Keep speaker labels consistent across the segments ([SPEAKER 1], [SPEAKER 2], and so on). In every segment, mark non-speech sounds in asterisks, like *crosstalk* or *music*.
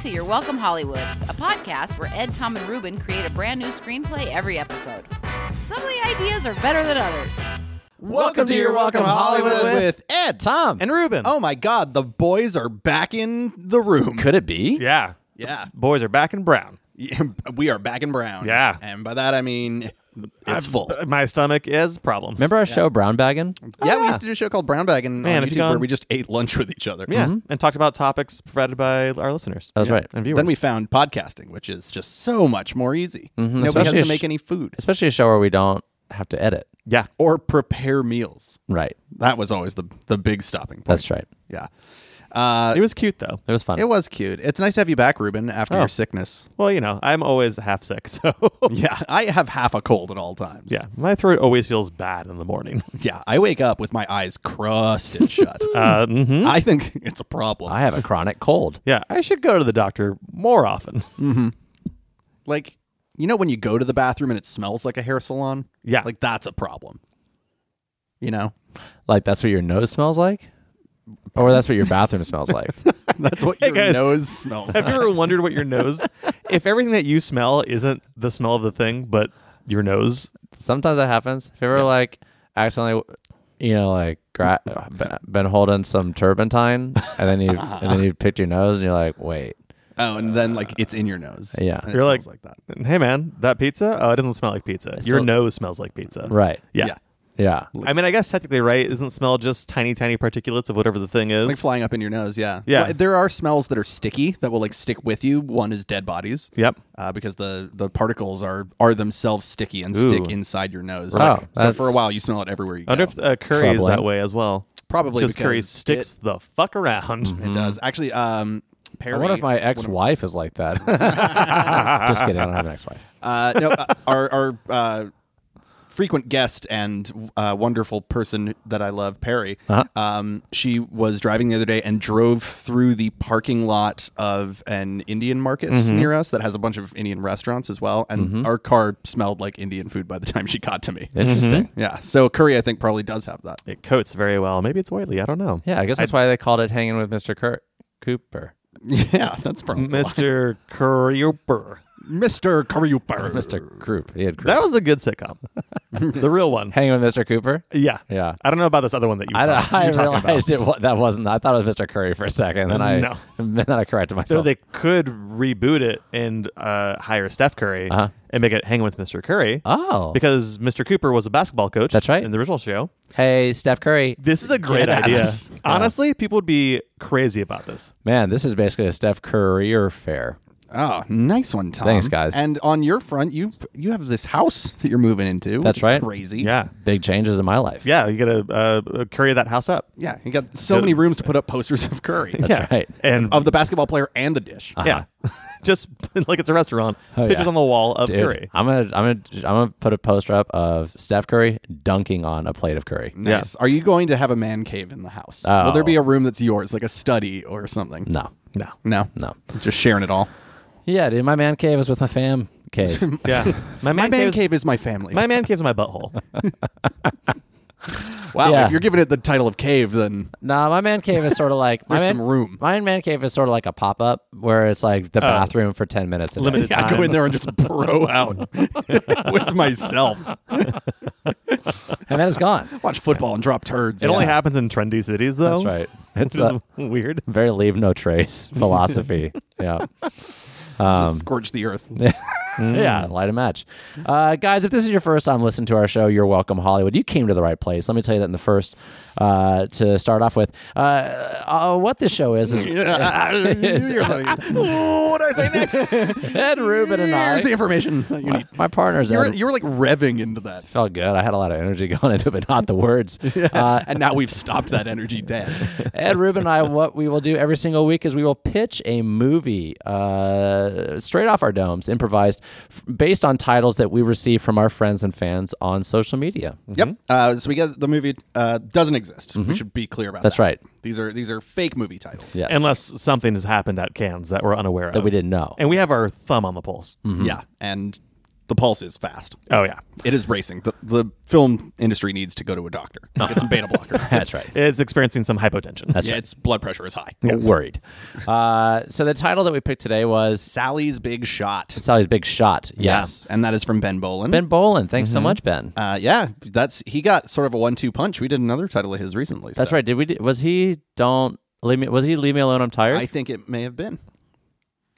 [SPEAKER 1] to Your Welcome Hollywood, a podcast where Ed, Tom, and Ruben create a brand new screenplay every episode. Some of the ideas are better than others.
[SPEAKER 2] Welcome to your Welcome Hollywood with Ed,
[SPEAKER 3] Tom
[SPEAKER 2] and Ruben. Oh my God, the boys are back in the room.
[SPEAKER 3] Could it be?
[SPEAKER 4] Yeah.
[SPEAKER 2] Yeah,
[SPEAKER 4] Boys are back in brown.
[SPEAKER 2] we are back in brown.
[SPEAKER 4] Yeah.
[SPEAKER 2] and by that I mean it's
[SPEAKER 4] I've- uh,
[SPEAKER 2] full.
[SPEAKER 4] My stomach is problems.
[SPEAKER 3] Remember our show Brown Bagging?
[SPEAKER 2] yeah, we used to do a show called Brown Bag and
[SPEAKER 4] Man,
[SPEAKER 2] on
[SPEAKER 4] if
[SPEAKER 2] YouTube
[SPEAKER 4] you gone-
[SPEAKER 2] where we just ate lunch with each other. Mm-hmm.
[SPEAKER 4] Yeah. And talked about topics provided by our listeners.
[SPEAKER 3] That's right.
[SPEAKER 4] And viewers.
[SPEAKER 2] Then we found podcasting, which is just so much more easy.
[SPEAKER 4] Mm-hmm.
[SPEAKER 2] Nobody has
[SPEAKER 3] especially
[SPEAKER 2] to
[SPEAKER 3] a
[SPEAKER 2] make
[SPEAKER 3] sh-
[SPEAKER 2] any food
[SPEAKER 3] Especially a show where we don't have to edit.
[SPEAKER 4] yeah.
[SPEAKER 2] or prepare meals.
[SPEAKER 3] Right.
[SPEAKER 2] That was always the the big stopping point.
[SPEAKER 3] That's right.
[SPEAKER 2] Yeah. Uh,
[SPEAKER 4] It was cute though.
[SPEAKER 3] It was fun.
[SPEAKER 2] it was cute. It's nice to have you back, Ruben, after
[SPEAKER 4] Oh.
[SPEAKER 2] your sickness.
[SPEAKER 4] Well, you know, I'm always half sick, *laughs* so
[SPEAKER 2] Yeah, I have half a cold at all times.
[SPEAKER 4] yeah, my throat always feels bad in the morning. *laughs*
[SPEAKER 2] Yeah, I wake up with my eyes crusted *laughs* shut.
[SPEAKER 4] Uh, mhm.
[SPEAKER 2] I think it's a problem.
[SPEAKER 3] I have a chronic cold.
[SPEAKER 4] Yeah, I should go to the doctor more often. *laughs*
[SPEAKER 2] like, you know, when you go to the bathroom and it smells like a hair salon?
[SPEAKER 4] Yeah.
[SPEAKER 2] Like, that's a problem. You know, *laughs*
[SPEAKER 3] Like that's what your nose smells like? Or that's what your bathroom
[SPEAKER 4] *laughs*
[SPEAKER 3] smells like.
[SPEAKER 2] that's what your
[SPEAKER 4] guys.
[SPEAKER 2] nose smells
[SPEAKER 4] Have
[SPEAKER 2] like.
[SPEAKER 4] you ever wondered what your nose? if everything that you smell isn't the smell of the thing, but your nose.
[SPEAKER 3] Sometimes that happens. If you ever like accidentally you know, like gra- been- been holding some turpentine and then you
[SPEAKER 4] *laughs*
[SPEAKER 3] and then you picked your nose and you're like, wait.
[SPEAKER 2] Oh, and then, like, it's in your nose.
[SPEAKER 3] Yeah.
[SPEAKER 2] And it
[SPEAKER 4] You're like,
[SPEAKER 2] smells like that.
[SPEAKER 4] Hey man, that pizza? Oh, it doesn't smell like pizza. Your
[SPEAKER 3] smell-
[SPEAKER 4] nose smells like pizza.
[SPEAKER 3] Right.
[SPEAKER 4] Yeah.
[SPEAKER 2] Yeah.
[SPEAKER 3] Yeah.
[SPEAKER 4] I mean, I guess technically, right? Isn't smell just tiny, tiny particulates of whatever the thing is?
[SPEAKER 2] Like flying up in your nose, yeah.
[SPEAKER 4] Yeah.
[SPEAKER 2] Well, there are smells that are sticky that will like stick with you. One is dead bodies.
[SPEAKER 4] Yep.
[SPEAKER 2] Uh, because the the particles are are themselves sticky and stick
[SPEAKER 4] Ooh.
[SPEAKER 2] inside your nose.
[SPEAKER 3] Right.
[SPEAKER 2] so
[SPEAKER 3] Oh, that's-
[SPEAKER 2] for a while you smell it everywhere you
[SPEAKER 4] I wonder
[SPEAKER 2] go.
[SPEAKER 4] if uh, curry is
[SPEAKER 3] Troubling.
[SPEAKER 4] that way as well.
[SPEAKER 2] Probably
[SPEAKER 4] because curry
[SPEAKER 2] because
[SPEAKER 4] sticks the fuck around.
[SPEAKER 3] Mm-hmm.
[SPEAKER 2] It does actually. Um, Perry,
[SPEAKER 3] Hmm. I wonder if my ex wife is
[SPEAKER 4] *laughs*
[SPEAKER 3] like that. Just kidding. I don't have an ex wife.
[SPEAKER 2] uh, no, uh, our our uh, frequent guest and uh, wonderful person that I love, Perry.
[SPEAKER 3] Uh-huh.
[SPEAKER 2] Um, she was driving the other day and drove through the parking lot of an Indian market
[SPEAKER 3] Mm-hmm.
[SPEAKER 2] near us that has a bunch of Indian restaurants as well. And our car smelled like Indian food by the *laughs* time she got to me.
[SPEAKER 3] Interesting.
[SPEAKER 2] Yeah, so curry I think probably does have that. *laughs*
[SPEAKER 4] It coats very well. Maybe it's oily. I don't know.
[SPEAKER 3] Yeah, I guess that's why they called it hanging with Mr. Kurt Cooper.
[SPEAKER 2] Yeah, that's probably
[SPEAKER 4] Mr. Krueper.
[SPEAKER 2] Mr. Curryuper.
[SPEAKER 3] Mr. Croup. He had Croup.
[SPEAKER 4] That was a
[SPEAKER 2] *laughs*
[SPEAKER 4] good sitcom. the real one.
[SPEAKER 3] hanging with Mr. Cooper.
[SPEAKER 4] Yeah.
[SPEAKER 3] Yeah.
[SPEAKER 4] I don't know about this other one that you
[SPEAKER 3] I,
[SPEAKER 4] talk-
[SPEAKER 3] *laughs* I
[SPEAKER 4] you're talking about.
[SPEAKER 3] realized it wa- that wasn't. I thought it was Mr. Curry for a second, then I
[SPEAKER 4] No.
[SPEAKER 3] *laughs* then I corrected
[SPEAKER 4] So
[SPEAKER 3] myself.
[SPEAKER 4] they could reboot it and uh, hire Steph Curry
[SPEAKER 3] Uh-huh.
[SPEAKER 4] and make it hang with Mr. Curry.
[SPEAKER 3] oh,
[SPEAKER 4] Because Mr. Cooper was a basketball coach.
[SPEAKER 3] That's right.
[SPEAKER 4] In the original show.
[SPEAKER 3] hey, Steph Curry.
[SPEAKER 4] This is a great
[SPEAKER 2] at
[SPEAKER 4] idea.
[SPEAKER 2] us.
[SPEAKER 4] Honestly, people would be crazy about this.
[SPEAKER 3] Man, this is basically a Steph Career fair.
[SPEAKER 2] Oh, nice one, Tom.
[SPEAKER 3] Thanks, guys.
[SPEAKER 2] And on your front, you you have this house that you're moving into.
[SPEAKER 3] That's
[SPEAKER 2] which is
[SPEAKER 3] right.
[SPEAKER 2] Crazy.
[SPEAKER 4] Yeah.
[SPEAKER 3] Big changes in my life.
[SPEAKER 4] Yeah. You got to uh, carry that house up.
[SPEAKER 2] Yeah. You got so many rooms to put up posters of Curry,
[SPEAKER 4] yeah.
[SPEAKER 3] right.
[SPEAKER 2] *laughs*
[SPEAKER 4] And
[SPEAKER 2] of the basketball player and the dish.
[SPEAKER 3] Uh,
[SPEAKER 4] Yeah.
[SPEAKER 3] *laughs*
[SPEAKER 4] *laughs* Just like it's a restaurant.
[SPEAKER 3] Oh,
[SPEAKER 4] pictures
[SPEAKER 3] yeah.
[SPEAKER 4] on the wall of
[SPEAKER 3] Dude,
[SPEAKER 4] curry.
[SPEAKER 3] I'm gonna, I'm gonna, I'm gonna put a poster up of Steph Curry dunking on a plate of curry.
[SPEAKER 2] Nice. Are you going to have a man cave in the house? Will there be a room that's yours, like a study or something?
[SPEAKER 3] Oh. No,
[SPEAKER 4] No.
[SPEAKER 2] No.
[SPEAKER 3] no.
[SPEAKER 2] Just sharing it all.
[SPEAKER 3] Yeah, dude, my man cave is with my fam
[SPEAKER 4] *laughs*
[SPEAKER 3] cave. *laughs*
[SPEAKER 4] Yeah. My man,
[SPEAKER 2] My man
[SPEAKER 4] cave's,
[SPEAKER 2] cave is my family.
[SPEAKER 4] My man cave's my butthole.
[SPEAKER 2] wow.
[SPEAKER 3] Yeah.
[SPEAKER 2] If you're giving it the title of cave, then
[SPEAKER 3] Nah, my man cave is sort
[SPEAKER 2] *laughs*
[SPEAKER 3] of like my
[SPEAKER 2] There's
[SPEAKER 3] man,
[SPEAKER 2] some room. Oh.
[SPEAKER 3] My man cave is sort of like a pop up where it's like the bathroom for ten minutes. A day.
[SPEAKER 4] Limited
[SPEAKER 2] I
[SPEAKER 4] time.
[SPEAKER 2] go in there and just bro
[SPEAKER 4] *laughs*
[SPEAKER 2] out *laughs* with myself.
[SPEAKER 3] *laughs* and then it's gone.
[SPEAKER 2] Watch football and drop turds.
[SPEAKER 4] It only
[SPEAKER 2] Yeah.
[SPEAKER 4] happens in trendy cities though. *laughs*
[SPEAKER 3] That's right.
[SPEAKER 4] It's
[SPEAKER 3] It's
[SPEAKER 4] is
[SPEAKER 3] a
[SPEAKER 4] weird.
[SPEAKER 3] very leave no
[SPEAKER 2] *laughs*
[SPEAKER 3] trace philosophy. yeah. Um,
[SPEAKER 2] Just scorch the earth. Mm.
[SPEAKER 3] Yeah, light a match. Uh, guys, if this is your first time listening to our show, you're welcome, Hollywood. You came to the right place. Let me tell you that in the first, uh, to start off with. Uh, uh, what this show is, *laughs*
[SPEAKER 2] *laughs*
[SPEAKER 3] is
[SPEAKER 2] what do I say
[SPEAKER 3] *laughs*
[SPEAKER 2] next?
[SPEAKER 3] Ed Rubin and I.
[SPEAKER 2] Here's the information that you need.
[SPEAKER 3] my partner's
[SPEAKER 2] You were,
[SPEAKER 3] Ed.
[SPEAKER 2] you were like revving into that,
[SPEAKER 3] felt good. I had a lot of energy *laughs* going into it, but not
[SPEAKER 2] *laughs*
[SPEAKER 3] the words. Uh,
[SPEAKER 2] and now we've stopped that energy dead.
[SPEAKER 3] Ed Rubin and I, what we will do every single week is we will pitch a movie uh, straight off our domes, improvised, f- based on titles that we receive from our friends and fans on social media.
[SPEAKER 2] Yep. Uh, so we get the movie uh, doesn't exist. We should be clear about
[SPEAKER 3] Mm-hmm. That's
[SPEAKER 2] that.
[SPEAKER 3] right.
[SPEAKER 2] These are these are fake movie titles.
[SPEAKER 3] Yes.
[SPEAKER 4] Unless something has happened at Cannes that we're unaware of.
[SPEAKER 3] that we didn't know. Mm. Mm-hmm.
[SPEAKER 4] And we have our thumb on the pulse.
[SPEAKER 2] Yeah. And the pulse is fast.
[SPEAKER 4] Oh yeah,
[SPEAKER 2] It is racing. The, the film industry needs to go to a doctor. Get some beta blockers.
[SPEAKER 3] Uh-huh. *laughs* That's right.
[SPEAKER 4] it's experiencing some hypotension.
[SPEAKER 2] yeah, its blood pressure is high.
[SPEAKER 3] Worried. Uh, so the title that we picked today was
[SPEAKER 2] Sally's Big Shot.
[SPEAKER 3] Sally's Big Shot. Yes.
[SPEAKER 2] Yes, and that is from Ben Bolin.
[SPEAKER 3] Ben Bolin, thanks so much, Ben.
[SPEAKER 2] uh, yeah, that's he got sort of a one-two punch. We did another title of his recently.
[SPEAKER 3] That's right. Did we? do- Was he? Don't leave me. Was he? Leave me alone. I'm tired.
[SPEAKER 2] I think it may have been.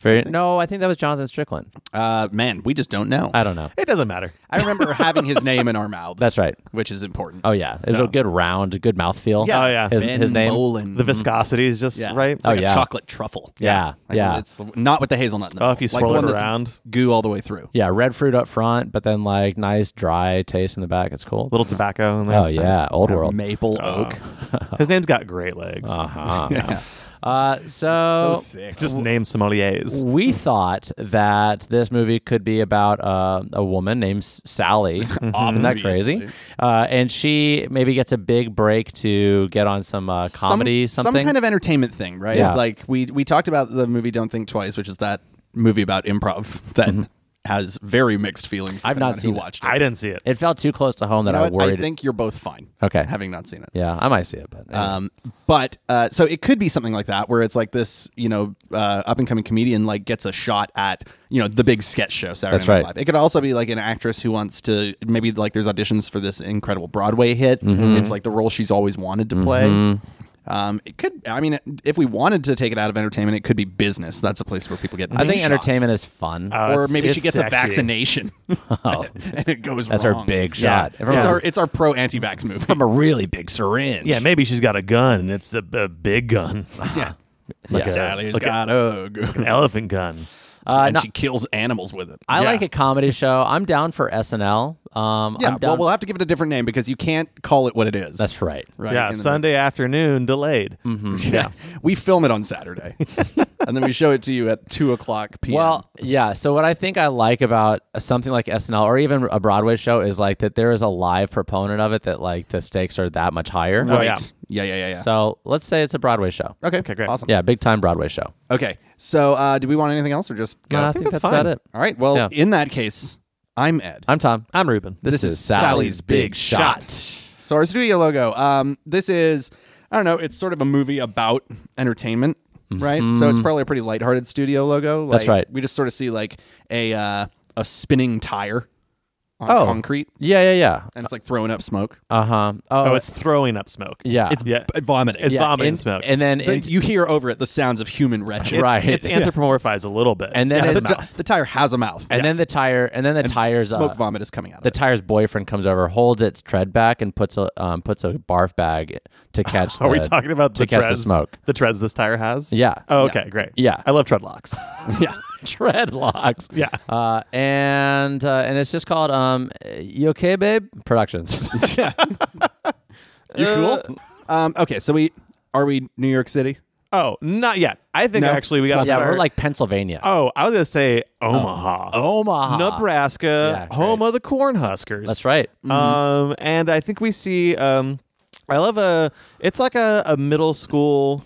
[SPEAKER 3] Very, no, I think that was Jonathan Strickland.
[SPEAKER 2] Uh, man, we just don't know.
[SPEAKER 3] I don't know.
[SPEAKER 4] It doesn't matter.
[SPEAKER 2] I
[SPEAKER 3] *laughs*
[SPEAKER 2] remember having his name in our mouths.
[SPEAKER 3] That's right.
[SPEAKER 2] which is important.
[SPEAKER 3] Oh yeah, it was a good round, good mouthfeel.
[SPEAKER 4] Yeah. Oh, yeah.
[SPEAKER 3] his,
[SPEAKER 2] Ben
[SPEAKER 3] his name.
[SPEAKER 2] Bolin.
[SPEAKER 4] The viscosity is just
[SPEAKER 2] Yeah.
[SPEAKER 4] right.
[SPEAKER 2] It's like
[SPEAKER 3] Oh,
[SPEAKER 2] a
[SPEAKER 3] mm-hmm. yeah.
[SPEAKER 2] chocolate truffle.
[SPEAKER 3] Yeah,
[SPEAKER 2] Like,
[SPEAKER 3] yeah,
[SPEAKER 2] It's not with the hazelnut. In the
[SPEAKER 4] Oh, if you
[SPEAKER 2] middle. like
[SPEAKER 4] swirl
[SPEAKER 2] the one
[SPEAKER 4] it
[SPEAKER 2] that's
[SPEAKER 4] around.
[SPEAKER 2] goo all the way through.
[SPEAKER 3] yeah. Red fruit up front, but then like nice dry taste in the back. It's cool.
[SPEAKER 4] Little tobacco. And
[SPEAKER 3] oh
[SPEAKER 4] that's
[SPEAKER 3] yeah, old world.
[SPEAKER 2] Maple
[SPEAKER 4] Oh,
[SPEAKER 2] oak.
[SPEAKER 4] nice. His name's got great legs.
[SPEAKER 3] Uh-huh. Uh, so,
[SPEAKER 2] thick.
[SPEAKER 4] *laughs* just name sommeliers.
[SPEAKER 3] we thought that this movie could be about uh, a woman named S-
[SPEAKER 2] *laughs*
[SPEAKER 3] Sally. Isn't that crazy?
[SPEAKER 2] Obviously.
[SPEAKER 3] Uh, and she maybe gets a big break to get on some uh, comedy,
[SPEAKER 2] some,
[SPEAKER 3] something.
[SPEAKER 2] some kind of entertainment thing, right?
[SPEAKER 3] Yeah.
[SPEAKER 2] Like we we talked about the movie Don't Think Twice, which is that movie about improv that has very mixed feelings.
[SPEAKER 3] Mm-hmm. I've
[SPEAKER 2] depending
[SPEAKER 3] not
[SPEAKER 2] on
[SPEAKER 3] seen
[SPEAKER 2] who
[SPEAKER 3] it.
[SPEAKER 2] watched it.
[SPEAKER 4] I didn't see it.
[SPEAKER 3] it felt too close to home that
[SPEAKER 2] You know
[SPEAKER 3] I
[SPEAKER 2] what?
[SPEAKER 3] worried.
[SPEAKER 2] I think you're both fine.
[SPEAKER 3] Okay.
[SPEAKER 2] having not seen it.
[SPEAKER 3] yeah, I might see it, but anyway.
[SPEAKER 2] Um, but uh, so it could be something like that, where it's like this, you know, uh, up and coming comedian like gets a shot at, you know, the big sketch show Saturday
[SPEAKER 3] That's
[SPEAKER 2] Night
[SPEAKER 3] right.
[SPEAKER 2] Live. It could also be like an actress who wants to maybe like there's auditions for this incredible Broadway hit.
[SPEAKER 3] Mm-hmm.
[SPEAKER 2] It's like the role she's always wanted to play. Um, it could, I mean, if we wanted to take it out of entertainment, it could be business. That's a place where people get.
[SPEAKER 3] I think
[SPEAKER 2] shots.
[SPEAKER 3] entertainment is fun.
[SPEAKER 4] Uh,
[SPEAKER 2] Or
[SPEAKER 4] it's-
[SPEAKER 2] maybe she
[SPEAKER 4] it's
[SPEAKER 2] gets a
[SPEAKER 4] sexy.
[SPEAKER 3] *laughs*
[SPEAKER 2] vaccination, *laughs* and it goes.
[SPEAKER 3] Oh. That's
[SPEAKER 2] wrong.
[SPEAKER 3] our big
[SPEAKER 4] Yeah.
[SPEAKER 3] shot.
[SPEAKER 4] It's
[SPEAKER 3] Everyone-
[SPEAKER 2] It's our it's our pro anti-vax movie.
[SPEAKER 3] from a really big syringe.
[SPEAKER 4] Yeah, maybe she's got a gun. and It's a, a big gun, *laughs*
[SPEAKER 2] yeah.
[SPEAKER 3] Yeah.
[SPEAKER 2] Sally's got *laughs* a
[SPEAKER 4] an elephant gun.
[SPEAKER 3] Uh,
[SPEAKER 2] and
[SPEAKER 3] no,
[SPEAKER 2] she kills animals with it.
[SPEAKER 3] I
[SPEAKER 4] yeah.
[SPEAKER 3] like a comedy show. I'm down for SNL. Um,
[SPEAKER 2] yeah,
[SPEAKER 3] I'm down.
[SPEAKER 2] well, we'll have to give it a different name because you can't call it what it is.
[SPEAKER 3] That's right.
[SPEAKER 2] Right,
[SPEAKER 4] yeah,
[SPEAKER 2] in the-
[SPEAKER 4] Sunday afternoon delayed.
[SPEAKER 3] Mm-hmm.
[SPEAKER 2] *laughs* Yeah, we film it on
[SPEAKER 3] *laughs*
[SPEAKER 2] Saturday, and then we show it to you at two o'clock p.m.
[SPEAKER 3] Well, yeah. So what I think I like about something like SNL or even a Broadway show is like that there is a live proponent of it that like the stakes are that much higher.
[SPEAKER 4] Right.
[SPEAKER 2] yeah, yeah, yeah, yeah.
[SPEAKER 3] oh, So let's say it's a Broadway show.
[SPEAKER 2] okay,
[SPEAKER 4] Okay, great.
[SPEAKER 2] awesome.
[SPEAKER 3] Yeah, big time Broadway show.
[SPEAKER 2] Okay, so uh, do we want anything else or just? Go?
[SPEAKER 3] No, I,
[SPEAKER 4] think
[SPEAKER 3] think,
[SPEAKER 4] that's
[SPEAKER 3] that's,
[SPEAKER 4] fine.
[SPEAKER 3] about it.
[SPEAKER 2] All right. Well,
[SPEAKER 3] Yeah.
[SPEAKER 2] in that case, I'm Ed.
[SPEAKER 3] I'm Tom.
[SPEAKER 4] I'm Ruben.
[SPEAKER 3] This, is, Sally's Big Shot.
[SPEAKER 2] So our studio logo. Um, this is I don't know. It's sort of a movie about entertainment, right? So it's probably a pretty lighthearted studio logo. Like,
[SPEAKER 3] Mm-hmm. That's right.
[SPEAKER 2] We just sort of see like a uh, a spinning tire on
[SPEAKER 3] Oh.
[SPEAKER 2] concrete,
[SPEAKER 3] Yeah, yeah, yeah.
[SPEAKER 2] and it's like throwing up smoke.
[SPEAKER 3] Uh huh.
[SPEAKER 4] Oh, it's throwing up smoke.
[SPEAKER 3] Yeah.
[SPEAKER 4] it's yeah.
[SPEAKER 3] *laughs*
[SPEAKER 2] But vomiting.
[SPEAKER 4] It's
[SPEAKER 3] yeah,
[SPEAKER 4] vomiting
[SPEAKER 3] in-
[SPEAKER 4] smoke.
[SPEAKER 3] And then
[SPEAKER 2] But
[SPEAKER 3] in-
[SPEAKER 2] you hear over it the sounds of human wretched.
[SPEAKER 4] It's-
[SPEAKER 3] Right. *laughs*
[SPEAKER 4] It's anthropomorphized a little bit.
[SPEAKER 3] And then
[SPEAKER 2] Yeah,
[SPEAKER 3] it-
[SPEAKER 2] the,
[SPEAKER 3] his
[SPEAKER 2] ti- the tire has a mouth.
[SPEAKER 3] and then the tire and then the tires
[SPEAKER 2] smoke
[SPEAKER 3] uh,
[SPEAKER 2] vomit is coming out.
[SPEAKER 3] the
[SPEAKER 2] of it.
[SPEAKER 3] tire's boyfriend comes over, holds its tread back, and puts a um, puts a barf bag
[SPEAKER 4] *laughs*
[SPEAKER 3] to catch.
[SPEAKER 4] are we
[SPEAKER 3] the-
[SPEAKER 4] talking about
[SPEAKER 3] to
[SPEAKER 4] the
[SPEAKER 3] catch
[SPEAKER 4] treads?
[SPEAKER 3] the smoke?
[SPEAKER 4] The treads this tire has.
[SPEAKER 3] Yeah.
[SPEAKER 4] *laughs*
[SPEAKER 3] *laughs*
[SPEAKER 4] Oh, okay, great.
[SPEAKER 3] Yeah.
[SPEAKER 4] I love tread locks.
[SPEAKER 2] yeah.
[SPEAKER 3] Treadlocks.
[SPEAKER 4] Yeah.
[SPEAKER 3] Uh, and uh, and it's just called um, you okay, babe?
[SPEAKER 4] *laughs*
[SPEAKER 3] Productions.
[SPEAKER 2] *laughs* You cool? Um, okay. So we are we New York City?
[SPEAKER 4] oh, not yet. I think
[SPEAKER 2] No.
[SPEAKER 4] actually we got.
[SPEAKER 3] yeah, we're like Pennsylvania,
[SPEAKER 4] Oh, I was gonna say Oh, Omaha.
[SPEAKER 3] Omaha.
[SPEAKER 4] Nebraska,
[SPEAKER 3] Yeah,
[SPEAKER 4] home of the Cornhuskers.
[SPEAKER 3] That's right.
[SPEAKER 4] Um, and I think we see. Um, I love a. It's like a, a middle school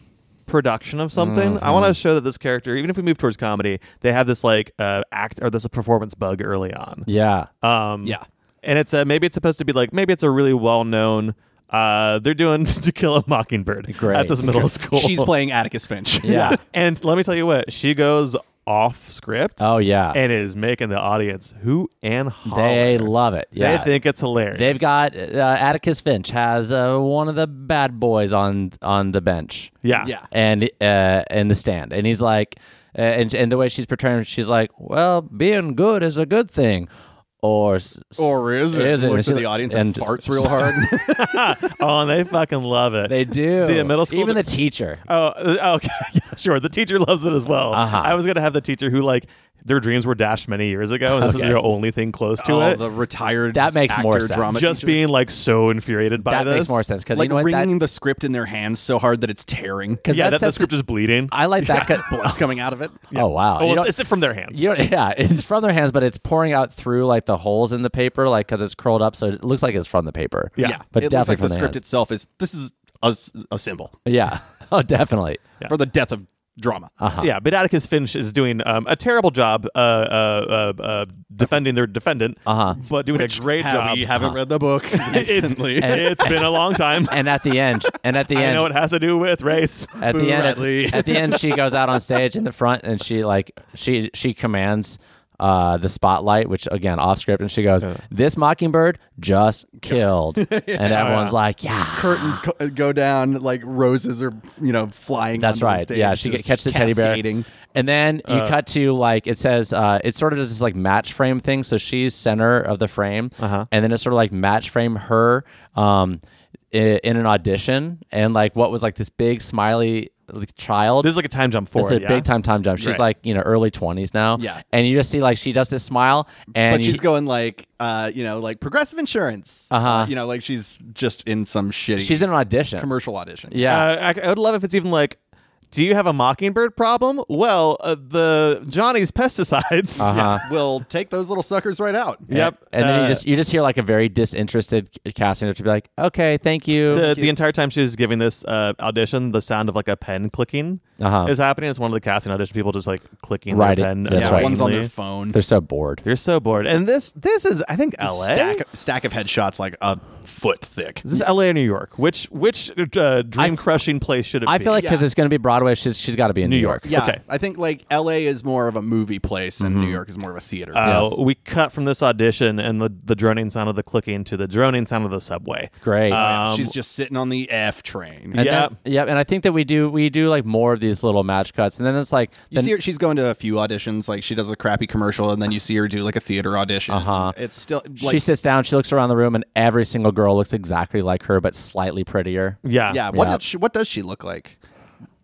[SPEAKER 4] production of something. I
[SPEAKER 3] Mm-hmm.
[SPEAKER 4] want to show that this character, even if we move towards comedy, they have this like uh, act or this performance bug early on.
[SPEAKER 3] Yeah.
[SPEAKER 4] Um,
[SPEAKER 2] Yeah.
[SPEAKER 4] And it's a, maybe it's supposed to be like maybe it's a really well known. Uh, they're doing *laughs* To Kill a Mockingbird
[SPEAKER 3] Great.
[SPEAKER 4] at this middle school.
[SPEAKER 2] She's playing Atticus
[SPEAKER 3] *laughs*
[SPEAKER 2] Finch.
[SPEAKER 3] yeah.
[SPEAKER 4] *laughs* and let me tell you what she goes off script.
[SPEAKER 3] Oh yeah.
[SPEAKER 4] and is making the audience who and holler.
[SPEAKER 3] they love it. Yeah.
[SPEAKER 4] They think it's hilarious.
[SPEAKER 3] They've got uh, Atticus Finch has uh, one of the bad boys on on the bench.
[SPEAKER 4] yeah,
[SPEAKER 2] Yeah.
[SPEAKER 3] and uh, in the stand, and he's like, uh, and and the way she's portraying, him, she's like, well, being good is a good thing, or s-
[SPEAKER 2] Or is it?
[SPEAKER 3] Is it?
[SPEAKER 2] Looks
[SPEAKER 3] And
[SPEAKER 2] at
[SPEAKER 3] she-
[SPEAKER 2] the audience and,
[SPEAKER 3] and-
[SPEAKER 2] farts real
[SPEAKER 3] *laughs*
[SPEAKER 2] hard.
[SPEAKER 4] Oh, and they fucking love it.
[SPEAKER 3] they do.
[SPEAKER 4] *laughs* The middle school-
[SPEAKER 3] even the teacher.
[SPEAKER 4] Oh, uh, okay, *laughs* yeah, sure. The teacher loves it as well.
[SPEAKER 3] Uh-huh.
[SPEAKER 4] I was gonna have the teacher who like their dreams were dashed many years ago, and this is
[SPEAKER 3] Okay.
[SPEAKER 4] their only thing close to
[SPEAKER 2] Oh,
[SPEAKER 4] it.
[SPEAKER 2] the retired
[SPEAKER 3] That makes more
[SPEAKER 2] actor
[SPEAKER 3] sense.
[SPEAKER 2] drama
[SPEAKER 4] Just
[SPEAKER 2] teacher.
[SPEAKER 4] being like so infuriated by
[SPEAKER 3] That
[SPEAKER 4] this
[SPEAKER 3] makes more sense because
[SPEAKER 2] like
[SPEAKER 3] you know what? That,
[SPEAKER 2] wringing the script in their hands so hard that it's tearing.
[SPEAKER 3] *laughs* 'cause
[SPEAKER 4] Yeah,
[SPEAKER 3] that
[SPEAKER 4] that, the
[SPEAKER 3] sets
[SPEAKER 4] script
[SPEAKER 3] the-
[SPEAKER 4] is bleeding.
[SPEAKER 3] I like that. 'cause-
[SPEAKER 2] *laughs* Blood's coming out of it.
[SPEAKER 3] Oh wow!
[SPEAKER 4] oh,
[SPEAKER 3] You
[SPEAKER 4] well,
[SPEAKER 3] don't-
[SPEAKER 4] it's it from their hands?
[SPEAKER 3] You don't, *laughs* yeah, it's from their hands, but it's pouring out through like the holes in the paper, like because it's curled up, so it looks like it's from the paper.
[SPEAKER 4] Yeah.
[SPEAKER 3] but
[SPEAKER 2] it looks
[SPEAKER 3] definitely
[SPEAKER 2] like the
[SPEAKER 3] from
[SPEAKER 2] script
[SPEAKER 3] their
[SPEAKER 2] itself is. This is a, s- a symbol
[SPEAKER 3] hands. Yeah, *laughs* oh, definitely.
[SPEAKER 4] Yeah.
[SPEAKER 2] for the death of drama.
[SPEAKER 4] Uh-huh. Yeah, Bidaticus Finch is doing um, a terrible job uh, uh, uh, uh, defending their defendant,
[SPEAKER 3] Uh-huh.
[SPEAKER 4] but doing a great
[SPEAKER 2] Have-
[SPEAKER 4] job.
[SPEAKER 2] You haven't read the
[SPEAKER 3] *laughs*
[SPEAKER 2] book *laughs*
[SPEAKER 4] It's,
[SPEAKER 2] recently.
[SPEAKER 4] *laughs* it's been a long time.
[SPEAKER 3] And at the end, *laughs* and at
[SPEAKER 4] *laughs*
[SPEAKER 3] the
[SPEAKER 4] I
[SPEAKER 3] end,
[SPEAKER 4] know it has to do with race.
[SPEAKER 3] at
[SPEAKER 2] Boo,
[SPEAKER 3] the end
[SPEAKER 2] Radley.
[SPEAKER 3] at, at the end she goes
[SPEAKER 2] *laughs*
[SPEAKER 3] out on stage in the front and she like she she commands uh, the spotlight, which again off script, and she goes, "This mockingbird
[SPEAKER 2] *laughs*
[SPEAKER 3] just killed," and everyone's
[SPEAKER 2] Oh,
[SPEAKER 3] like, "Yeah,
[SPEAKER 2] *laughs* Curtains co- uh, go down like roses are you know flying.
[SPEAKER 3] that's
[SPEAKER 2] onto the
[SPEAKER 3] right,
[SPEAKER 2] stage,
[SPEAKER 3] yeah." She
[SPEAKER 2] just
[SPEAKER 3] get, catches the teddy bear,
[SPEAKER 2] cascading. Uh.
[SPEAKER 3] and then you cut to like it says uh, it sort of does this like match frame thing, so she's center of the frame,
[SPEAKER 2] Uh-huh.
[SPEAKER 3] and then it's sort of like match frame her um, i- in an audition, and like what was like this big smiley like, child.
[SPEAKER 4] This is like a time jump forward.
[SPEAKER 3] It's a
[SPEAKER 4] yeah?
[SPEAKER 3] big time time jump. She's
[SPEAKER 4] Right.
[SPEAKER 3] like you know early twenties now.
[SPEAKER 2] Yeah.
[SPEAKER 3] and you just see like she does this smile, and
[SPEAKER 2] But
[SPEAKER 3] you-
[SPEAKER 2] she's going like, uh, you know, like progressive insurance.
[SPEAKER 3] Uh-huh.
[SPEAKER 2] You know, like she's just in some shitty
[SPEAKER 3] she's in an audition.
[SPEAKER 2] commercial audition.
[SPEAKER 3] yeah,
[SPEAKER 4] Uh, I, I would love if it's even like, do you have a mockingbird problem? Well, uh, the Johnny's pesticides.
[SPEAKER 3] Uh-huh.
[SPEAKER 2] We'll take those little suckers right out.
[SPEAKER 4] Yep.
[SPEAKER 3] And then
[SPEAKER 4] Uh,
[SPEAKER 3] you just you just hear like a very disinterested casting director be like, "Okay, thank you."
[SPEAKER 4] Uh, the, the entire time she was giving this uh, audition, the sound of like a pen clicking
[SPEAKER 3] Uh-huh.
[SPEAKER 4] is happening. It's one of the casting audition people just like clicking
[SPEAKER 3] Right,
[SPEAKER 4] their pen.
[SPEAKER 3] that's
[SPEAKER 2] Yeah,
[SPEAKER 3] right.
[SPEAKER 2] one's on their
[SPEAKER 4] annoyingly.
[SPEAKER 2] phone.
[SPEAKER 3] They're so bored.
[SPEAKER 4] They're so bored. And this this is I think L.A.
[SPEAKER 2] Stack stack of headshots like a foot thick.
[SPEAKER 4] Is this L.A. or New York? Which which uh, dream crushing place should it
[SPEAKER 3] I
[SPEAKER 4] be?
[SPEAKER 3] feel like because
[SPEAKER 2] Yeah.
[SPEAKER 3] it's going to be Broadway, she's she's got to be in New,
[SPEAKER 4] York.
[SPEAKER 2] Yeah,
[SPEAKER 4] Okay.
[SPEAKER 2] I think like L.A. is more of a movie place, and
[SPEAKER 3] Mm-hmm.
[SPEAKER 2] New York is more of a
[SPEAKER 3] Oh,
[SPEAKER 2] theater.
[SPEAKER 4] Uh,
[SPEAKER 3] Yes.
[SPEAKER 4] We cut from this audition and the, the droning sound of the clicking to the droning sound of the subway.
[SPEAKER 3] Great.
[SPEAKER 2] Yeah,
[SPEAKER 4] um,
[SPEAKER 2] she's just sitting on the F train.
[SPEAKER 3] And
[SPEAKER 4] yeah.
[SPEAKER 3] then- yep. And I think that we do we do like more of these little match cuts, and then it's like
[SPEAKER 2] You see her, she's going to a few auditions. Like she does a crappy commercial, and then you see her do like a theater audition. Uh huh. It's still like
[SPEAKER 3] Uh-huh. she sits down, she looks around the room, and every single girl looks exactly like her, but slightly prettier.
[SPEAKER 4] Yeah.
[SPEAKER 2] yeah. What
[SPEAKER 3] Yeah.
[SPEAKER 2] does she, what does she look like?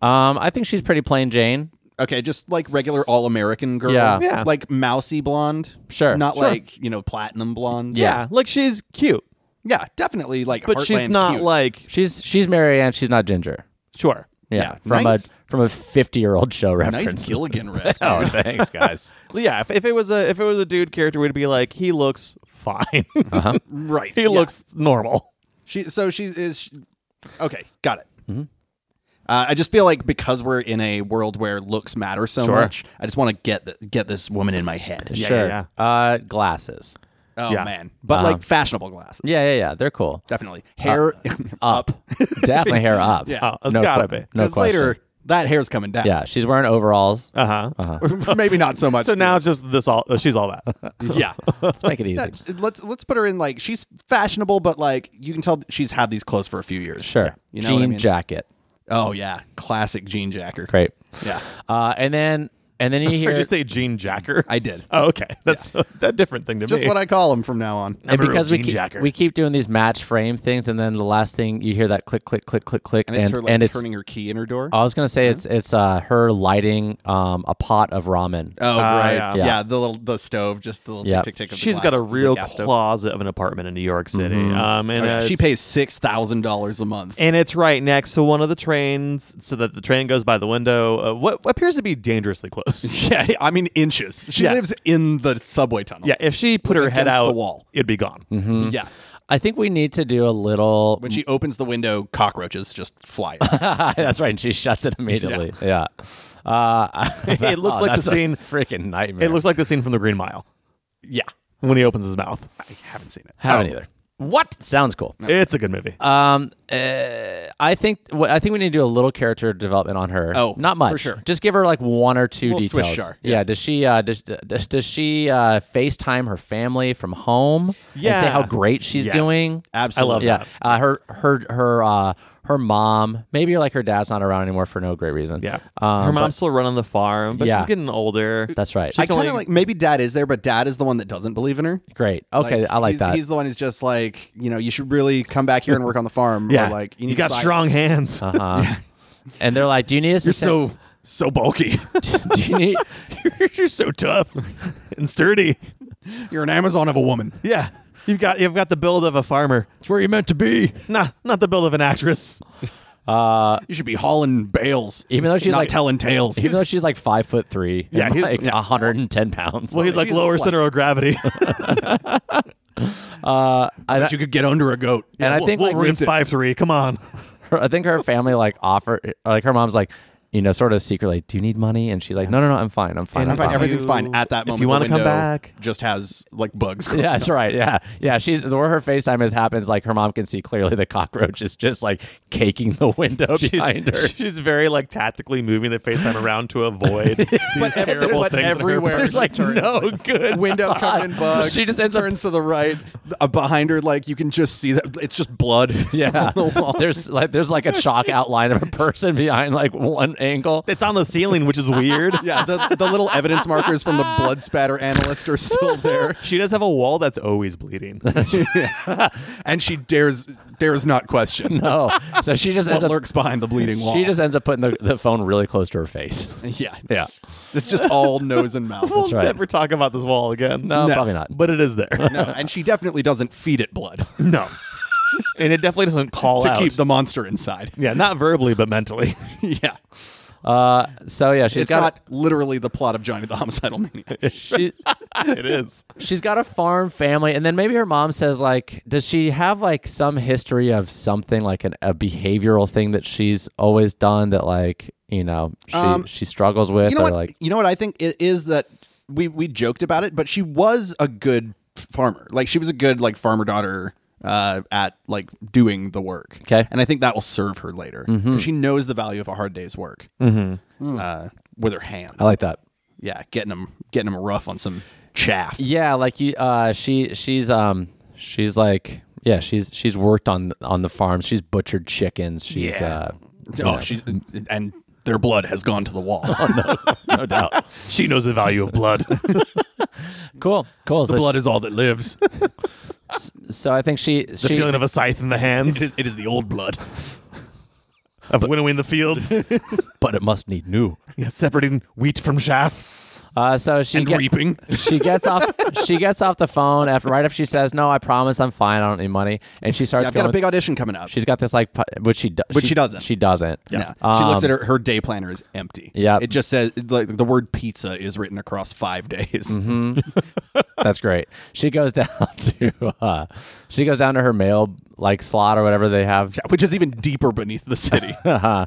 [SPEAKER 3] Um, I think she's pretty plain Jane.
[SPEAKER 2] Okay, just like regular all American girl.
[SPEAKER 3] Yeah.
[SPEAKER 4] Yeah.
[SPEAKER 2] Like mousy blonde.
[SPEAKER 3] Sure,
[SPEAKER 2] Not
[SPEAKER 3] sure.
[SPEAKER 2] like you know platinum blonde.
[SPEAKER 4] Yeah, Like she's cute,
[SPEAKER 2] Yeah, definitely like.
[SPEAKER 4] but she's
[SPEAKER 2] Heartland
[SPEAKER 4] not
[SPEAKER 2] cute.
[SPEAKER 4] like
[SPEAKER 3] She's she's Mary Ann. She's not Ginger.
[SPEAKER 4] sure.
[SPEAKER 3] Yeah,
[SPEAKER 2] Yeah,
[SPEAKER 3] from
[SPEAKER 2] nice.
[SPEAKER 3] a from a fifty year old show reference.
[SPEAKER 2] *laughs* nice
[SPEAKER 3] *laughs*
[SPEAKER 2] Gilligan riff.
[SPEAKER 3] oh, thanks, guys.
[SPEAKER 4] Yeah. If, if it was a if it was a dude character, we'd be like, he looks fine.
[SPEAKER 2] Uh-huh. right.
[SPEAKER 4] *laughs* he
[SPEAKER 2] yeah.
[SPEAKER 4] looks normal.
[SPEAKER 2] She so she is okay. Got it.
[SPEAKER 3] Mm-hmm.
[SPEAKER 2] Uh, I just feel like because we're in a world where looks matter so
[SPEAKER 4] Sure.
[SPEAKER 2] much, I just want to get the, get this woman in my head.
[SPEAKER 4] Yeah,
[SPEAKER 3] sure.
[SPEAKER 4] yeah,
[SPEAKER 3] Uh, glasses.
[SPEAKER 2] Oh
[SPEAKER 4] Yeah.
[SPEAKER 2] man, but like fashionable glasses,
[SPEAKER 3] Um, Yeah, Uh, yeah, yeah. They're cool.
[SPEAKER 2] definitely hair *laughs* up.
[SPEAKER 3] *laughs*
[SPEAKER 2] *laughs*
[SPEAKER 3] Definitely hair up.
[SPEAKER 2] Yeah.
[SPEAKER 4] Oh, it's
[SPEAKER 3] No
[SPEAKER 4] gotta
[SPEAKER 3] que-
[SPEAKER 4] be.
[SPEAKER 3] No
[SPEAKER 2] Because
[SPEAKER 3] question.
[SPEAKER 2] later that hair's coming down.
[SPEAKER 3] Yeah, she's wearing overalls.
[SPEAKER 4] Uh
[SPEAKER 2] *laughs*
[SPEAKER 4] huh.
[SPEAKER 2] maybe not so much.
[SPEAKER 4] So now it's just this all. uh, She's all that.
[SPEAKER 2] *laughs* yeah.
[SPEAKER 3] Let's make it easy.
[SPEAKER 2] Let's let's put her in like she's fashionable, but like you can tell she's had these clothes for a few years.
[SPEAKER 3] Sure.
[SPEAKER 2] You know
[SPEAKER 3] Jean
[SPEAKER 2] what I mean?
[SPEAKER 3] jacket.
[SPEAKER 2] Oh yeah, classic jean jacker.
[SPEAKER 3] Great.
[SPEAKER 2] Yeah,
[SPEAKER 3] Uh, and then
[SPEAKER 2] *laughs*
[SPEAKER 3] and then you
[SPEAKER 4] Did
[SPEAKER 3] hear
[SPEAKER 4] you say Gene Jacker?
[SPEAKER 2] I did.
[SPEAKER 4] *laughs* Oh, okay. That's that different thing to
[SPEAKER 2] Just
[SPEAKER 4] me.
[SPEAKER 2] what I call him from now on.
[SPEAKER 3] and
[SPEAKER 4] I'm a real
[SPEAKER 3] because we
[SPEAKER 4] jean
[SPEAKER 3] keep,
[SPEAKER 4] jacker.
[SPEAKER 3] we keep doing these match frame things, and then the last thing you hear that click, click, click, click, click,
[SPEAKER 2] And it's her like
[SPEAKER 3] and it's-
[SPEAKER 2] turning her key in her door.
[SPEAKER 3] I was gonna say it's it's uh, her lighting um, a pot of ramen.
[SPEAKER 2] Oh, right.
[SPEAKER 4] uh, yeah.
[SPEAKER 2] Yeah.
[SPEAKER 3] Yeah.
[SPEAKER 2] the little the stove, just the little
[SPEAKER 3] Yeah.
[SPEAKER 2] tick tick tick. Of
[SPEAKER 4] She's
[SPEAKER 2] the
[SPEAKER 4] got
[SPEAKER 2] glass,
[SPEAKER 4] a
[SPEAKER 2] the
[SPEAKER 4] real
[SPEAKER 2] gas stove.
[SPEAKER 4] closet of an apartment in New York City. Um, and
[SPEAKER 2] Oh, yeah.
[SPEAKER 4] uh,
[SPEAKER 2] She
[SPEAKER 4] it's-
[SPEAKER 2] pays six thousand dollars a month.
[SPEAKER 4] and it's right next to one of the trains, so that the train goes by the window. Uh, what, what appears to be
[SPEAKER 2] *laughs*
[SPEAKER 4] dangerously close.
[SPEAKER 2] *laughs* yeah, I mean inches. She
[SPEAKER 4] Yeah.
[SPEAKER 2] lives in the subway tunnel.
[SPEAKER 4] yeah, Mm-hmm. if she put her head
[SPEAKER 2] against
[SPEAKER 4] out,
[SPEAKER 2] the wall.
[SPEAKER 4] it'd be gone.
[SPEAKER 2] yeah.
[SPEAKER 3] I think we need to do a little.
[SPEAKER 2] When she opens the window, cockroaches just
[SPEAKER 4] *laughs*
[SPEAKER 2] fly. out.
[SPEAKER 3] *laughs* That's right, and she shuts it immediately. Yeah. Uh,
[SPEAKER 4] *laughs* It
[SPEAKER 3] *laughs*
[SPEAKER 4] looks like the
[SPEAKER 3] that's a
[SPEAKER 4] scene-
[SPEAKER 3] Freaking nightmare.
[SPEAKER 4] It looks like the scene from The Green Mile
[SPEAKER 2] yeah,
[SPEAKER 4] when he opens his mouth. Oh.
[SPEAKER 2] I haven't seen it.
[SPEAKER 3] haven't either. What sounds cool?
[SPEAKER 4] It's a good movie.
[SPEAKER 3] Um, uh, I think wh- I think we need to do a little character development on her.
[SPEAKER 2] Oh,
[SPEAKER 3] not
[SPEAKER 2] for
[SPEAKER 3] much.
[SPEAKER 2] sure.
[SPEAKER 3] Just give her like one or two
[SPEAKER 2] Little Swiss
[SPEAKER 3] details.
[SPEAKER 2] char,
[SPEAKER 3] Yeah. Does she uh, does, does, does she uh, FaceTime her family from home? And say
[SPEAKER 4] Yeah.
[SPEAKER 3] how great she's
[SPEAKER 4] Yes.
[SPEAKER 3] doing.
[SPEAKER 2] Absolutely.
[SPEAKER 4] love
[SPEAKER 3] Yeah. Uh, her her her uh, her mom. Maybe like her dad's not around anymore for no great reason.
[SPEAKER 4] yeah,
[SPEAKER 3] Um,
[SPEAKER 4] her mom's still running the farm, but
[SPEAKER 3] Yeah.
[SPEAKER 4] she's getting older.
[SPEAKER 3] That's right.
[SPEAKER 2] I kind
[SPEAKER 4] only-
[SPEAKER 2] of like maybe dad is there, but dad is the one that doesn't believe in her.
[SPEAKER 3] great. Okay, I like
[SPEAKER 2] he's,
[SPEAKER 3] that.
[SPEAKER 2] He's the one who's just like, you know, you should really come back here and work on the farm.
[SPEAKER 4] *laughs* yeah,
[SPEAKER 2] or like
[SPEAKER 4] you,
[SPEAKER 2] need
[SPEAKER 4] got
[SPEAKER 2] to si-
[SPEAKER 4] strong hands.
[SPEAKER 3] Uh, And they're like, "Do you need us to
[SPEAKER 2] You're
[SPEAKER 3] send-
[SPEAKER 2] so so bulky.
[SPEAKER 3] *laughs*
[SPEAKER 2] *laughs*
[SPEAKER 3] Do you need
[SPEAKER 4] *laughs*
[SPEAKER 3] *laughs*
[SPEAKER 4] You're so *laughs* tough and sturdy.
[SPEAKER 2] You're an Amazon of a woman.
[SPEAKER 4] Yeah, you've got you've got the build of a farmer.
[SPEAKER 3] It's where you're meant to be."
[SPEAKER 4] Nah, not the build of an actress.
[SPEAKER 2] You should be hauling bales,
[SPEAKER 3] Even though she's
[SPEAKER 2] not
[SPEAKER 3] like-
[SPEAKER 2] telling tales.
[SPEAKER 3] Even though she's like five foot three,
[SPEAKER 4] Yeah,
[SPEAKER 3] and
[SPEAKER 4] he's-
[SPEAKER 3] like
[SPEAKER 4] yeah.
[SPEAKER 3] 110 pounds.
[SPEAKER 4] Well, he's like
[SPEAKER 2] She's
[SPEAKER 4] lower
[SPEAKER 2] slight.
[SPEAKER 4] center of gravity.
[SPEAKER 3] I, *laughs*
[SPEAKER 2] But *laughs* you could get under a goat.
[SPEAKER 3] and I think like,
[SPEAKER 4] Wolverine's five three. Come on.
[SPEAKER 3] her, I think her family like offer like her mom's like, you know, sort of secretly, "Do you need money?" And she's like, "No, no, no, I'm fine. I'm fine.
[SPEAKER 4] And
[SPEAKER 3] I'm
[SPEAKER 2] I find
[SPEAKER 3] fine."
[SPEAKER 2] everything's fine at that
[SPEAKER 4] if
[SPEAKER 2] moment.
[SPEAKER 4] you
[SPEAKER 2] the
[SPEAKER 4] wanna come
[SPEAKER 2] window
[SPEAKER 4] back.
[SPEAKER 2] just has like bugs. growing
[SPEAKER 3] *laughs* Yeah, that's right. Yeah, yeah. She's where her FaceTime is happens. Like her mom can see clearly the cockroach is just like caking the window behind her.
[SPEAKER 4] *laughs* She's, she's very like tactically moving the FaceTime around to *laughs* avoid these
[SPEAKER 2] every- *laughs*
[SPEAKER 4] terrible
[SPEAKER 2] but
[SPEAKER 4] things. that are-
[SPEAKER 2] everywhere
[SPEAKER 3] *laughs* There's
[SPEAKER 2] she
[SPEAKER 3] like
[SPEAKER 2] turns,
[SPEAKER 3] no
[SPEAKER 2] like,
[SPEAKER 3] good
[SPEAKER 2] window
[SPEAKER 3] spot. *laughs*
[SPEAKER 2] covered in bugs.
[SPEAKER 3] She just ends up.
[SPEAKER 2] turns *laughs* to the right. Uh, behind her, like you can just see that it's just
[SPEAKER 3] *laughs*
[SPEAKER 2] blood.
[SPEAKER 3] Yeah,
[SPEAKER 2] on the wall.
[SPEAKER 3] there's like there's like a chalk outline of a person behind like one angle.
[SPEAKER 4] It's on the ceiling, which is weird.
[SPEAKER 2] yeah, the, the little evidence markers from the blood spatter analyst are still there,
[SPEAKER 4] She does have a wall that's always bleeding.
[SPEAKER 2] and she dares dares not question
[SPEAKER 3] *laughs* No, Oh, so she just
[SPEAKER 2] what
[SPEAKER 3] ends up.
[SPEAKER 2] lurks behind the bleeding wall.
[SPEAKER 3] She just ends up putting the, the phone really close to her face. *laughs*
[SPEAKER 2] yeah,
[SPEAKER 3] Yeah,
[SPEAKER 2] it's just all nose and mouth.
[SPEAKER 4] we'll
[SPEAKER 3] right.
[SPEAKER 4] never talk about this wall again.
[SPEAKER 3] no, probably not.
[SPEAKER 4] But it is there.
[SPEAKER 2] No, and she definitely doesn't feed it blood
[SPEAKER 4] *laughs*
[SPEAKER 2] *laughs*
[SPEAKER 4] No. and it definitely doesn't call
[SPEAKER 2] to
[SPEAKER 4] out.
[SPEAKER 2] keep the monster inside. *laughs*
[SPEAKER 4] yeah, not verbally, but mentally.
[SPEAKER 2] yeah,
[SPEAKER 3] Uh, so yeah, she's
[SPEAKER 2] it's
[SPEAKER 3] got
[SPEAKER 2] not
[SPEAKER 3] *laughs*
[SPEAKER 2] literally the plot of Johnny the Homicidal Maniac.
[SPEAKER 3] she,
[SPEAKER 4] it *laughs* is.
[SPEAKER 3] she's got a farm family and then maybe her mom says like does she have like some history of something like an, a behavioral thing that she's always done that like you know she,
[SPEAKER 2] Um,
[SPEAKER 3] she struggles with
[SPEAKER 2] you know
[SPEAKER 3] or
[SPEAKER 2] what?
[SPEAKER 3] like
[SPEAKER 2] you know what I think it is that we we joked about it, but she was a good farmer. Like she was a good like farmer daughter uh, at like doing the work.
[SPEAKER 3] 'Kay.
[SPEAKER 2] and I think that will serve her later.
[SPEAKER 3] Mm-hmm.
[SPEAKER 2] 'Cause She knows the value of a hard day's work uh, with her hands.
[SPEAKER 3] i like that
[SPEAKER 2] yeah, getting them getting them rough on some chaff.
[SPEAKER 3] yeah like you uh she she's um she's like yeah she's she's worked on on the farm she's butchered chickens she's
[SPEAKER 2] Yeah.
[SPEAKER 3] uh
[SPEAKER 2] Oh, she and their blood has gone to the
[SPEAKER 3] *laughs*
[SPEAKER 2] wall.
[SPEAKER 3] Oh, no doubt
[SPEAKER 4] She knows the value of blood.
[SPEAKER 3] cool cool so,
[SPEAKER 2] blood is all that
[SPEAKER 3] *laughs*
[SPEAKER 2] lives.
[SPEAKER 3] so i think she
[SPEAKER 4] the
[SPEAKER 3] she's
[SPEAKER 4] feeling of a scythe in the hands,
[SPEAKER 2] It is, it is the old blood,
[SPEAKER 4] of winnowing the fields,
[SPEAKER 3] but it must need new
[SPEAKER 4] yeah, *laughs* separating wheat from chaff.
[SPEAKER 3] uh so she
[SPEAKER 2] and
[SPEAKER 3] get-
[SPEAKER 2] reaping.
[SPEAKER 3] *laughs* she gets off she gets off the phone after right after she says no i promise i'm fine i don't need money and she starts
[SPEAKER 2] Yeah, I've got a
[SPEAKER 3] going-
[SPEAKER 2] big audition coming up.
[SPEAKER 3] she's got this like pu- which she do-
[SPEAKER 2] Which she doesn't.
[SPEAKER 3] she doesn't
[SPEAKER 2] Yeah. she looks
[SPEAKER 3] Um,
[SPEAKER 2] at her, her day planner is empty.
[SPEAKER 3] Yep.
[SPEAKER 2] It just says like the word pizza is written across five days.
[SPEAKER 3] Mm-hmm. that's great she goes *laughs* down to uh she goes down to her mail like slot or whatever they have
[SPEAKER 2] *laughs* Which is even deeper beneath the
[SPEAKER 3] *laughs*
[SPEAKER 2] city.
[SPEAKER 3] uh-huh.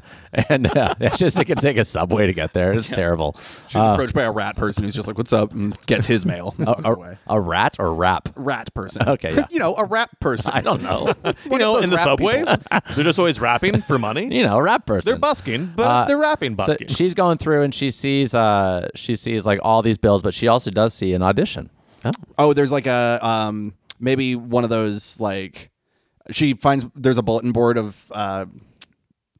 [SPEAKER 3] and uh, *laughs* it's just it can take a subway to get there it's terrible
[SPEAKER 2] She's approached by a rat person who's just like, What's up? and gets his mail.
[SPEAKER 3] a, a rat or rap
[SPEAKER 2] rat person.
[SPEAKER 3] Oh, Okay, yeah.
[SPEAKER 2] *laughs* you know, a rat person.
[SPEAKER 3] i
[SPEAKER 2] *laughs*
[SPEAKER 3] don't know
[SPEAKER 2] One of those rat people.
[SPEAKER 4] they're just always rapping for
[SPEAKER 3] *laughs*
[SPEAKER 4] money.
[SPEAKER 3] you know a rap person
[SPEAKER 4] They're busking, but
[SPEAKER 3] Uh,
[SPEAKER 4] they're rapping
[SPEAKER 3] so
[SPEAKER 4] busking.
[SPEAKER 3] she's going through and she sees uh she sees like all these bills but she also does see an audition
[SPEAKER 2] Oh, there's like a um maybe one of those like she finds there's a bulletin board of uh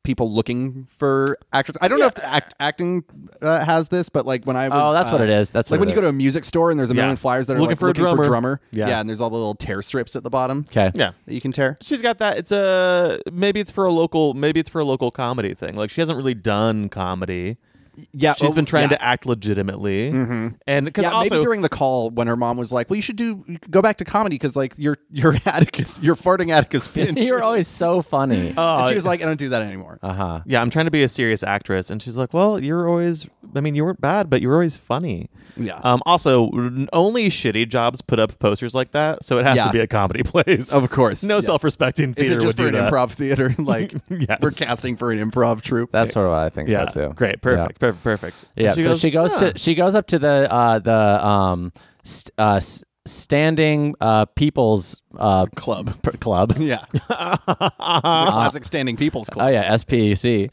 [SPEAKER 2] people looking for actors. I don't know if the act, acting uh, has this, but like when I was
[SPEAKER 3] Oh, that's
[SPEAKER 2] uh,
[SPEAKER 3] what it is. That's
[SPEAKER 2] like
[SPEAKER 3] what
[SPEAKER 2] when
[SPEAKER 3] it
[SPEAKER 2] you go to a music store and there's a
[SPEAKER 4] Yeah.
[SPEAKER 2] million flyers that are
[SPEAKER 4] Looking
[SPEAKER 2] like,
[SPEAKER 4] for a
[SPEAKER 2] looking
[SPEAKER 4] drummer.
[SPEAKER 2] for drummer.
[SPEAKER 4] Yeah.
[SPEAKER 2] and there's all the little tear strips at the bottom.
[SPEAKER 3] okay
[SPEAKER 4] yeah.
[SPEAKER 2] that you can tear.
[SPEAKER 4] She's got that. It's a maybe it's for a local maybe it's for a local comedy thing. Like she hasn't really done comedy.
[SPEAKER 2] Yeah,
[SPEAKER 4] She's
[SPEAKER 2] oh,
[SPEAKER 4] been trying
[SPEAKER 2] yeah. Mm-hmm.
[SPEAKER 4] to act legitimately, and because
[SPEAKER 2] Yeah,
[SPEAKER 4] also
[SPEAKER 2] maybe during the call when her mom was like, "Well, you should do go back to comedy because like you're you're *laughs* Atticus, you're farting Atticus Finch."
[SPEAKER 3] *laughs* You're always so funny.
[SPEAKER 2] and
[SPEAKER 4] Oh,
[SPEAKER 2] she was like, "I don't do that anymore."
[SPEAKER 3] Uh huh.
[SPEAKER 4] yeah, I'm trying to be a serious actress, and she's like, well, you're always. I mean, you weren't bad, but you were always funny.
[SPEAKER 2] Yeah.
[SPEAKER 4] Um. Also, n- only shitty jobs put up posters like that, so it has
[SPEAKER 2] Yeah.
[SPEAKER 4] to be a comedy place.
[SPEAKER 2] Of course,
[SPEAKER 4] no
[SPEAKER 2] yeah.
[SPEAKER 4] self-respecting
[SPEAKER 2] Is
[SPEAKER 4] theater
[SPEAKER 2] it just
[SPEAKER 4] would
[SPEAKER 2] for
[SPEAKER 4] do
[SPEAKER 2] an
[SPEAKER 4] that.
[SPEAKER 2] improv theater? Like
[SPEAKER 4] Yes.
[SPEAKER 2] we're casting for an improv troupe.
[SPEAKER 3] That's sort of what I think
[SPEAKER 4] Yeah.
[SPEAKER 3] so too.
[SPEAKER 4] Great. Perfect. Perfect. Perfect.
[SPEAKER 3] Yeah.
[SPEAKER 4] And
[SPEAKER 3] so she goes
[SPEAKER 4] "Huh."
[SPEAKER 3] to she goes up to the uh the um st- uh s- standing uh people's uh
[SPEAKER 2] club.
[SPEAKER 3] p- club.
[SPEAKER 4] *laughs*
[SPEAKER 2] Yeah. the classic standing people's
[SPEAKER 3] Oh
[SPEAKER 2] club.
[SPEAKER 3] yeah, SPEC.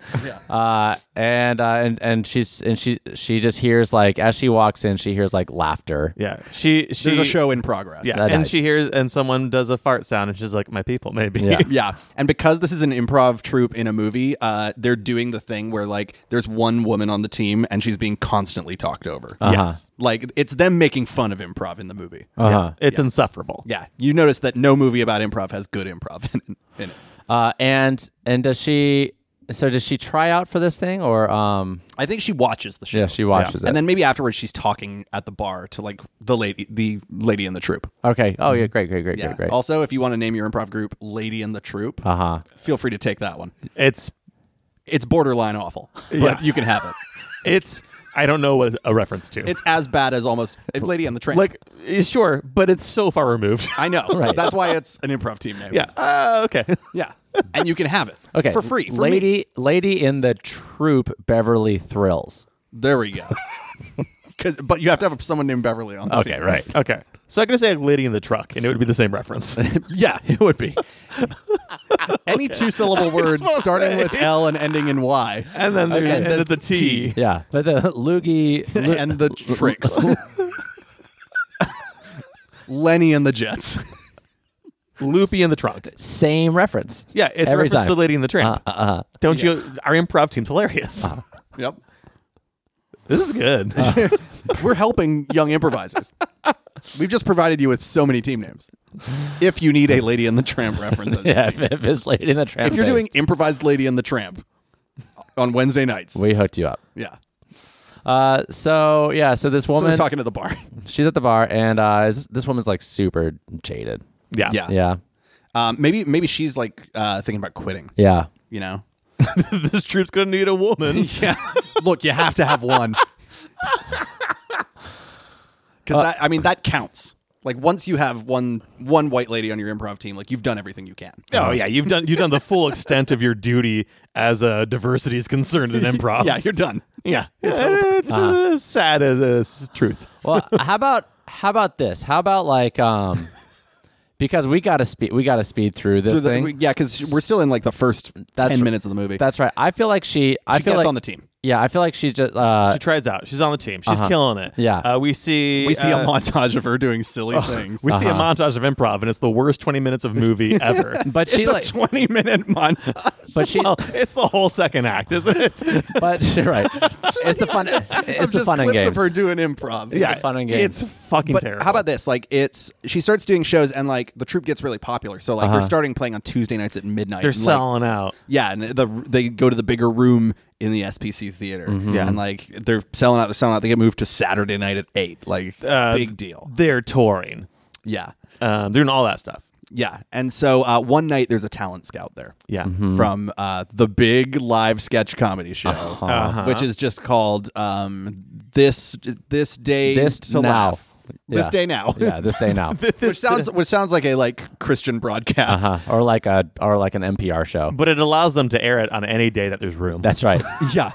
[SPEAKER 3] Uh, and uh, and and she's and she she just hears like as she walks in, she hears like laughter.
[SPEAKER 4] Yeah. She. she
[SPEAKER 2] There's a show in progress.
[SPEAKER 4] Yeah.
[SPEAKER 3] So
[SPEAKER 4] and
[SPEAKER 3] nice.
[SPEAKER 4] she hears and someone does a fart sound, and she's like, "My people, maybe." *laughs*
[SPEAKER 3] Yeah.
[SPEAKER 2] Yeah. And because this is an improv troupe in a movie, uh, they're doing the thing where like there's one woman on the team and she's being constantly talked over.
[SPEAKER 4] Yes.
[SPEAKER 2] Like it's them making fun of improv in the movie.
[SPEAKER 3] Uh-huh.
[SPEAKER 4] It's insufferable.
[SPEAKER 2] yeah. You notice that no movie about improv has good improv *laughs* in, in it.
[SPEAKER 3] Uh, and and does she? So does she try out for this thing or um?
[SPEAKER 2] I think she watches the show.
[SPEAKER 3] Yeah, she watches it.
[SPEAKER 2] And then maybe afterwards she's talking at the bar to like the lady the lady in the troupe.
[SPEAKER 3] okay. Oh yeah, great, great, great,
[SPEAKER 2] Yeah.
[SPEAKER 3] great, great.
[SPEAKER 2] Also, if you want to name your improv group Lady in the Troop,
[SPEAKER 3] uh huh.
[SPEAKER 2] feel free to take that one.
[SPEAKER 4] It's
[SPEAKER 2] *laughs* It's borderline awful, but you can have it.
[SPEAKER 4] it's I don't know what a reference to.
[SPEAKER 2] It's as bad as almost a lady on the train.
[SPEAKER 4] like eh, sure, but it's so far removed.
[SPEAKER 3] *laughs*
[SPEAKER 2] I know.
[SPEAKER 3] Right.
[SPEAKER 2] That's why it's an improv team name.
[SPEAKER 4] yeah. Uh, okay.
[SPEAKER 2] Yeah. And you can have it.
[SPEAKER 3] Okay,
[SPEAKER 2] For free. For me.
[SPEAKER 3] lady, lady in the troop,
[SPEAKER 2] *laughs*
[SPEAKER 3] Beverly Thrills.
[SPEAKER 2] There we
[SPEAKER 3] *laughs*
[SPEAKER 2] go. 'Cause- but you have to have someone named Beverly on the
[SPEAKER 3] *laughs* Okay,
[SPEAKER 2] team.
[SPEAKER 3] right.
[SPEAKER 4] Okay. So I could say like lady in the truck, and it would be the same
[SPEAKER 3] *laughs*
[SPEAKER 4] reference.
[SPEAKER 2] Yeah, it would be. Any two syllable word
[SPEAKER 4] wanna
[SPEAKER 2] starting
[SPEAKER 4] say.
[SPEAKER 2] with L and ending in Y.
[SPEAKER 4] and then there's and
[SPEAKER 2] then
[SPEAKER 4] it's a T.
[SPEAKER 3] Yeah, but the
[SPEAKER 2] *laughs*
[SPEAKER 3] loogie, loo-
[SPEAKER 2] and the
[SPEAKER 3] *laughs*
[SPEAKER 2] tricks. Lenny and the Jets.
[SPEAKER 4] Loopy in the trunk.
[SPEAKER 3] same reference.
[SPEAKER 4] Yeah, it's a
[SPEAKER 3] every
[SPEAKER 4] reference
[SPEAKER 3] time. Uh, uh-huh.
[SPEAKER 4] to Lady in the Tramp. Don't you? Our improv team's hilarious.
[SPEAKER 2] Yep.
[SPEAKER 4] *laughs*
[SPEAKER 2] *laughs*
[SPEAKER 4] This is good.
[SPEAKER 3] Uh-huh.
[SPEAKER 2] We're helping young improvisers. We've just provided you with so many team names. If you need a Lady and the Tramp reference, as your
[SPEAKER 3] *laughs* *laughs* yeah,
[SPEAKER 2] team.
[SPEAKER 3] if, if it's lady in the tramp,
[SPEAKER 2] if you're doing
[SPEAKER 3] based,
[SPEAKER 2] improvised Lady and the Tramp on Wednesday nights,
[SPEAKER 3] we hooked you up.
[SPEAKER 2] yeah.
[SPEAKER 3] Uh, so yeah, so this
[SPEAKER 2] So
[SPEAKER 3] woman,
[SPEAKER 2] they're talking to the bar. *laughs*
[SPEAKER 3] she's at the bar, and uh, is- this woman's like super jaded.
[SPEAKER 4] *laughs* yeah.
[SPEAKER 2] Yeah.
[SPEAKER 3] Yeah,
[SPEAKER 2] Um, maybe maybe she's like uh, thinking about quitting.
[SPEAKER 3] yeah.
[SPEAKER 2] You know.
[SPEAKER 4] *laughs*
[SPEAKER 2] *laughs*
[SPEAKER 4] this troop's gonna need a
[SPEAKER 3] *laughs*
[SPEAKER 4] woman.
[SPEAKER 2] Yeah. Look, you have to have one. Because
[SPEAKER 3] Uh,
[SPEAKER 2] that, I mean, that counts. Like once you have one one white lady on your improv team, like you've done everything you can.
[SPEAKER 4] Oh yeah, you've done you've done the full extent of your duty as uh, diversity is concerned in
[SPEAKER 3] Uh,
[SPEAKER 4] improv.
[SPEAKER 2] Yeah, you're done.
[SPEAKER 4] yeah, *laughs* it's, it's uh, sad as uh, s- truth.
[SPEAKER 3] Well, how about how about this? How about like um, because we gotta speed we gotta speed through this
[SPEAKER 2] So the-
[SPEAKER 3] thing.
[SPEAKER 2] yeah, because we're still in like the first
[SPEAKER 3] That's
[SPEAKER 2] ten
[SPEAKER 3] r-
[SPEAKER 2] minutes of the movie.
[SPEAKER 3] That's right. I feel like she. I
[SPEAKER 2] she
[SPEAKER 3] feel
[SPEAKER 2] gets
[SPEAKER 3] like
[SPEAKER 2] on the team.
[SPEAKER 3] yeah. I feel like she's just uh,
[SPEAKER 4] She tries out. She's on the team. She's killing it.
[SPEAKER 3] Yeah.
[SPEAKER 4] Uh, we see
[SPEAKER 2] We see
[SPEAKER 4] uh,
[SPEAKER 2] a montage of her doing silly
[SPEAKER 3] Oh,
[SPEAKER 2] things.
[SPEAKER 4] we see a montage of improv, and it's the worst twenty minutes of movie ever.
[SPEAKER 3] but she
[SPEAKER 2] it's a
[SPEAKER 3] like
[SPEAKER 2] twenty minute *laughs* montage.
[SPEAKER 3] *laughs* but she
[SPEAKER 4] well, it's the whole second act, isn't it?
[SPEAKER 3] but *laughs* right. It's the fun. It's,
[SPEAKER 2] of
[SPEAKER 3] it's the
[SPEAKER 2] just
[SPEAKER 3] fun and
[SPEAKER 2] clips
[SPEAKER 3] games.
[SPEAKER 2] of her doing improv.
[SPEAKER 4] yeah,
[SPEAKER 3] fun and games.
[SPEAKER 4] It's fucking
[SPEAKER 2] But
[SPEAKER 4] terrible.
[SPEAKER 2] how about this? Like, it's she starts doing shows, and like the troupe gets really popular. So like
[SPEAKER 3] Uh-huh.
[SPEAKER 2] they're starting playing on Tuesday nights at midnight.
[SPEAKER 4] they're
[SPEAKER 2] and, like,
[SPEAKER 4] selling out?
[SPEAKER 2] Yeah, and the they go to the bigger room in the SPC theater.
[SPEAKER 3] Mm-hmm.
[SPEAKER 4] Yeah.
[SPEAKER 2] and like they're selling out, they're selling out. They get moved to Saturday night at eight. Like
[SPEAKER 4] Uh,
[SPEAKER 2] big deal.
[SPEAKER 4] They're touring.
[SPEAKER 2] Yeah,
[SPEAKER 4] Um, they're doing all that stuff.
[SPEAKER 2] yeah. And so uh, one night there's a talent scout there.
[SPEAKER 4] Yeah.
[SPEAKER 3] Mm-hmm.
[SPEAKER 2] From uh, the big live sketch comedy show,
[SPEAKER 4] Uh-huh.
[SPEAKER 2] which is just called um, "This This Day
[SPEAKER 3] This
[SPEAKER 2] to
[SPEAKER 3] now.
[SPEAKER 2] Laugh." This
[SPEAKER 3] Yeah.
[SPEAKER 2] day now, *laughs*
[SPEAKER 3] yeah, this day now,
[SPEAKER 2] which sounds which sounds like a like Christian broadcast.
[SPEAKER 3] Uh, or like a or like an NPR show.
[SPEAKER 4] But it allows them to air it on any day that there's room.
[SPEAKER 3] That's
[SPEAKER 2] *laughs*
[SPEAKER 3] right.
[SPEAKER 2] *laughs* Yeah,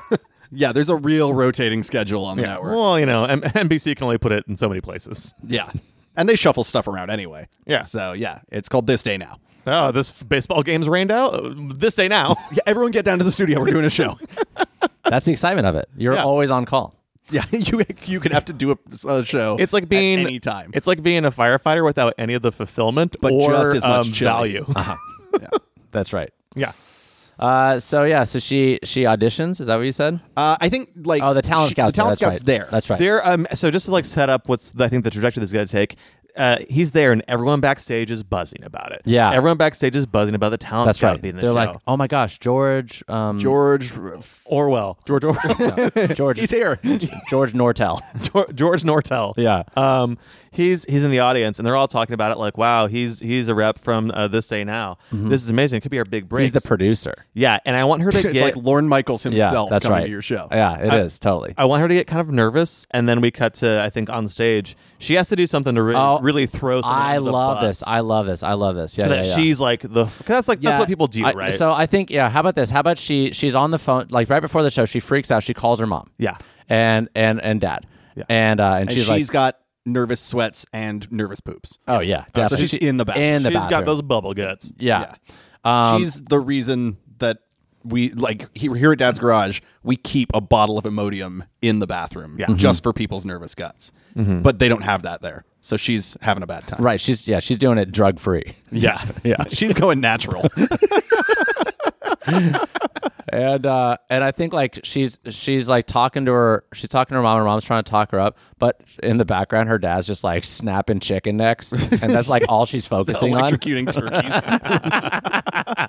[SPEAKER 2] yeah. There's a real rotating schedule on the network.
[SPEAKER 4] well, you know, M- *laughs* NBC can only put it in so many places.
[SPEAKER 2] Yeah. And they shuffle stuff around anyway.
[SPEAKER 4] Yeah.
[SPEAKER 2] So yeah, it's called This Day Now.
[SPEAKER 4] Oh, this f- baseball game's rained out Uh, this day *laughs* now.
[SPEAKER 2] Yeah, everyone get down to the studio. We're doing a show. *laughs*
[SPEAKER 3] That's the excitement of it. You're
[SPEAKER 4] Yeah.
[SPEAKER 3] always on call.
[SPEAKER 2] yeah, *laughs* you you could have to do a, a show.
[SPEAKER 4] It's like being
[SPEAKER 2] at any time.
[SPEAKER 4] It's like being a firefighter without any of the fulfillment,
[SPEAKER 2] But
[SPEAKER 4] or,
[SPEAKER 2] just as much
[SPEAKER 4] um,
[SPEAKER 2] chili.
[SPEAKER 4] *laughs* value.
[SPEAKER 3] That's right.
[SPEAKER 4] yeah,
[SPEAKER 3] Uh, so yeah, so she she auditions. Is that what you said?
[SPEAKER 2] uh, I think like
[SPEAKER 3] Oh, the talent
[SPEAKER 2] she-
[SPEAKER 3] scouts.
[SPEAKER 2] The talent
[SPEAKER 3] That's right.
[SPEAKER 2] scouts there.
[SPEAKER 3] That's right.
[SPEAKER 4] They're um, so just to like set up what's the, I think the trajectory this is going to take. Uh, he's there, and everyone backstage is buzzing about it.
[SPEAKER 3] Yeah.
[SPEAKER 4] everyone backstage is buzzing about the talent
[SPEAKER 3] That's
[SPEAKER 4] scout
[SPEAKER 3] right.
[SPEAKER 4] being the
[SPEAKER 3] They're
[SPEAKER 4] show.
[SPEAKER 3] like, oh my gosh, George, um,
[SPEAKER 2] George.
[SPEAKER 4] Orwell, George
[SPEAKER 3] *laughs*
[SPEAKER 4] Orwell,
[SPEAKER 2] *laughs* He's
[SPEAKER 3] George, *laughs*
[SPEAKER 2] here.
[SPEAKER 3] George Nortel.
[SPEAKER 4] Geor- George Nortel.
[SPEAKER 3] Yeah.
[SPEAKER 4] Um, he's he's in the audience, and they're all talking about it. Like, wow, he's he's a rep from uh, this day now. This is amazing. It could be our big break.
[SPEAKER 3] Mm-hmm. He's the producer.
[SPEAKER 4] yeah, and I want
[SPEAKER 3] *laughs*
[SPEAKER 4] her to
[SPEAKER 2] it's like
[SPEAKER 4] get.
[SPEAKER 2] Lorne Michaels
[SPEAKER 3] Yeah,
[SPEAKER 2] himself
[SPEAKER 3] that's
[SPEAKER 2] coming
[SPEAKER 3] right.
[SPEAKER 2] to your show.
[SPEAKER 3] Yeah, it is totally.
[SPEAKER 4] I want her to get kind of nervous, and then we cut to I think on stage. She has to do something to really,
[SPEAKER 3] Oh,
[SPEAKER 4] really throw. Someone
[SPEAKER 3] I
[SPEAKER 4] under the
[SPEAKER 3] love
[SPEAKER 4] bus
[SPEAKER 3] this. I love this. I love this. Yeah,
[SPEAKER 4] so
[SPEAKER 3] yeah,
[SPEAKER 4] that
[SPEAKER 3] yeah.
[SPEAKER 4] she's like the. 'cause that's like
[SPEAKER 2] Yeah.
[SPEAKER 4] that's what people do,
[SPEAKER 3] I-
[SPEAKER 4] right?
[SPEAKER 3] So I think yeah. How about this? How about she she's on the phone like right before the show. She freaks out. She calls her mom.
[SPEAKER 4] Yeah.
[SPEAKER 3] and and and dad.
[SPEAKER 4] Yeah.
[SPEAKER 3] And uh, and,
[SPEAKER 2] And
[SPEAKER 3] she's,
[SPEAKER 2] she's
[SPEAKER 3] like,
[SPEAKER 2] got nervous sweats and nervous poops.
[SPEAKER 3] oh yeah, definitely.
[SPEAKER 2] she's in the bathroom.
[SPEAKER 3] In the
[SPEAKER 4] She's
[SPEAKER 3] bathroom.
[SPEAKER 4] got those bubble guts.
[SPEAKER 3] Yeah. Um,
[SPEAKER 2] she's the reason that we like he- here at Dad's Garage. We keep a bottle of Imodium in the bathroom
[SPEAKER 4] Yeah.
[SPEAKER 2] just
[SPEAKER 3] Mm-hmm.
[SPEAKER 2] for people's nervous guts, but they don't have that there. So she's having a bad time.
[SPEAKER 3] Right. She's yeah. She's doing it drug free.
[SPEAKER 2] Yeah. *laughs* Yeah. She's going
[SPEAKER 3] *laughs*
[SPEAKER 2] natural.
[SPEAKER 3] and uh, and I think like she's she's like talking to her. She's talking to her mom. Her mom's trying to talk her up, but in the background, her dad's just like snapping chicken necks, and that's like all *laughs* she's focusing on.
[SPEAKER 2] Electrocuting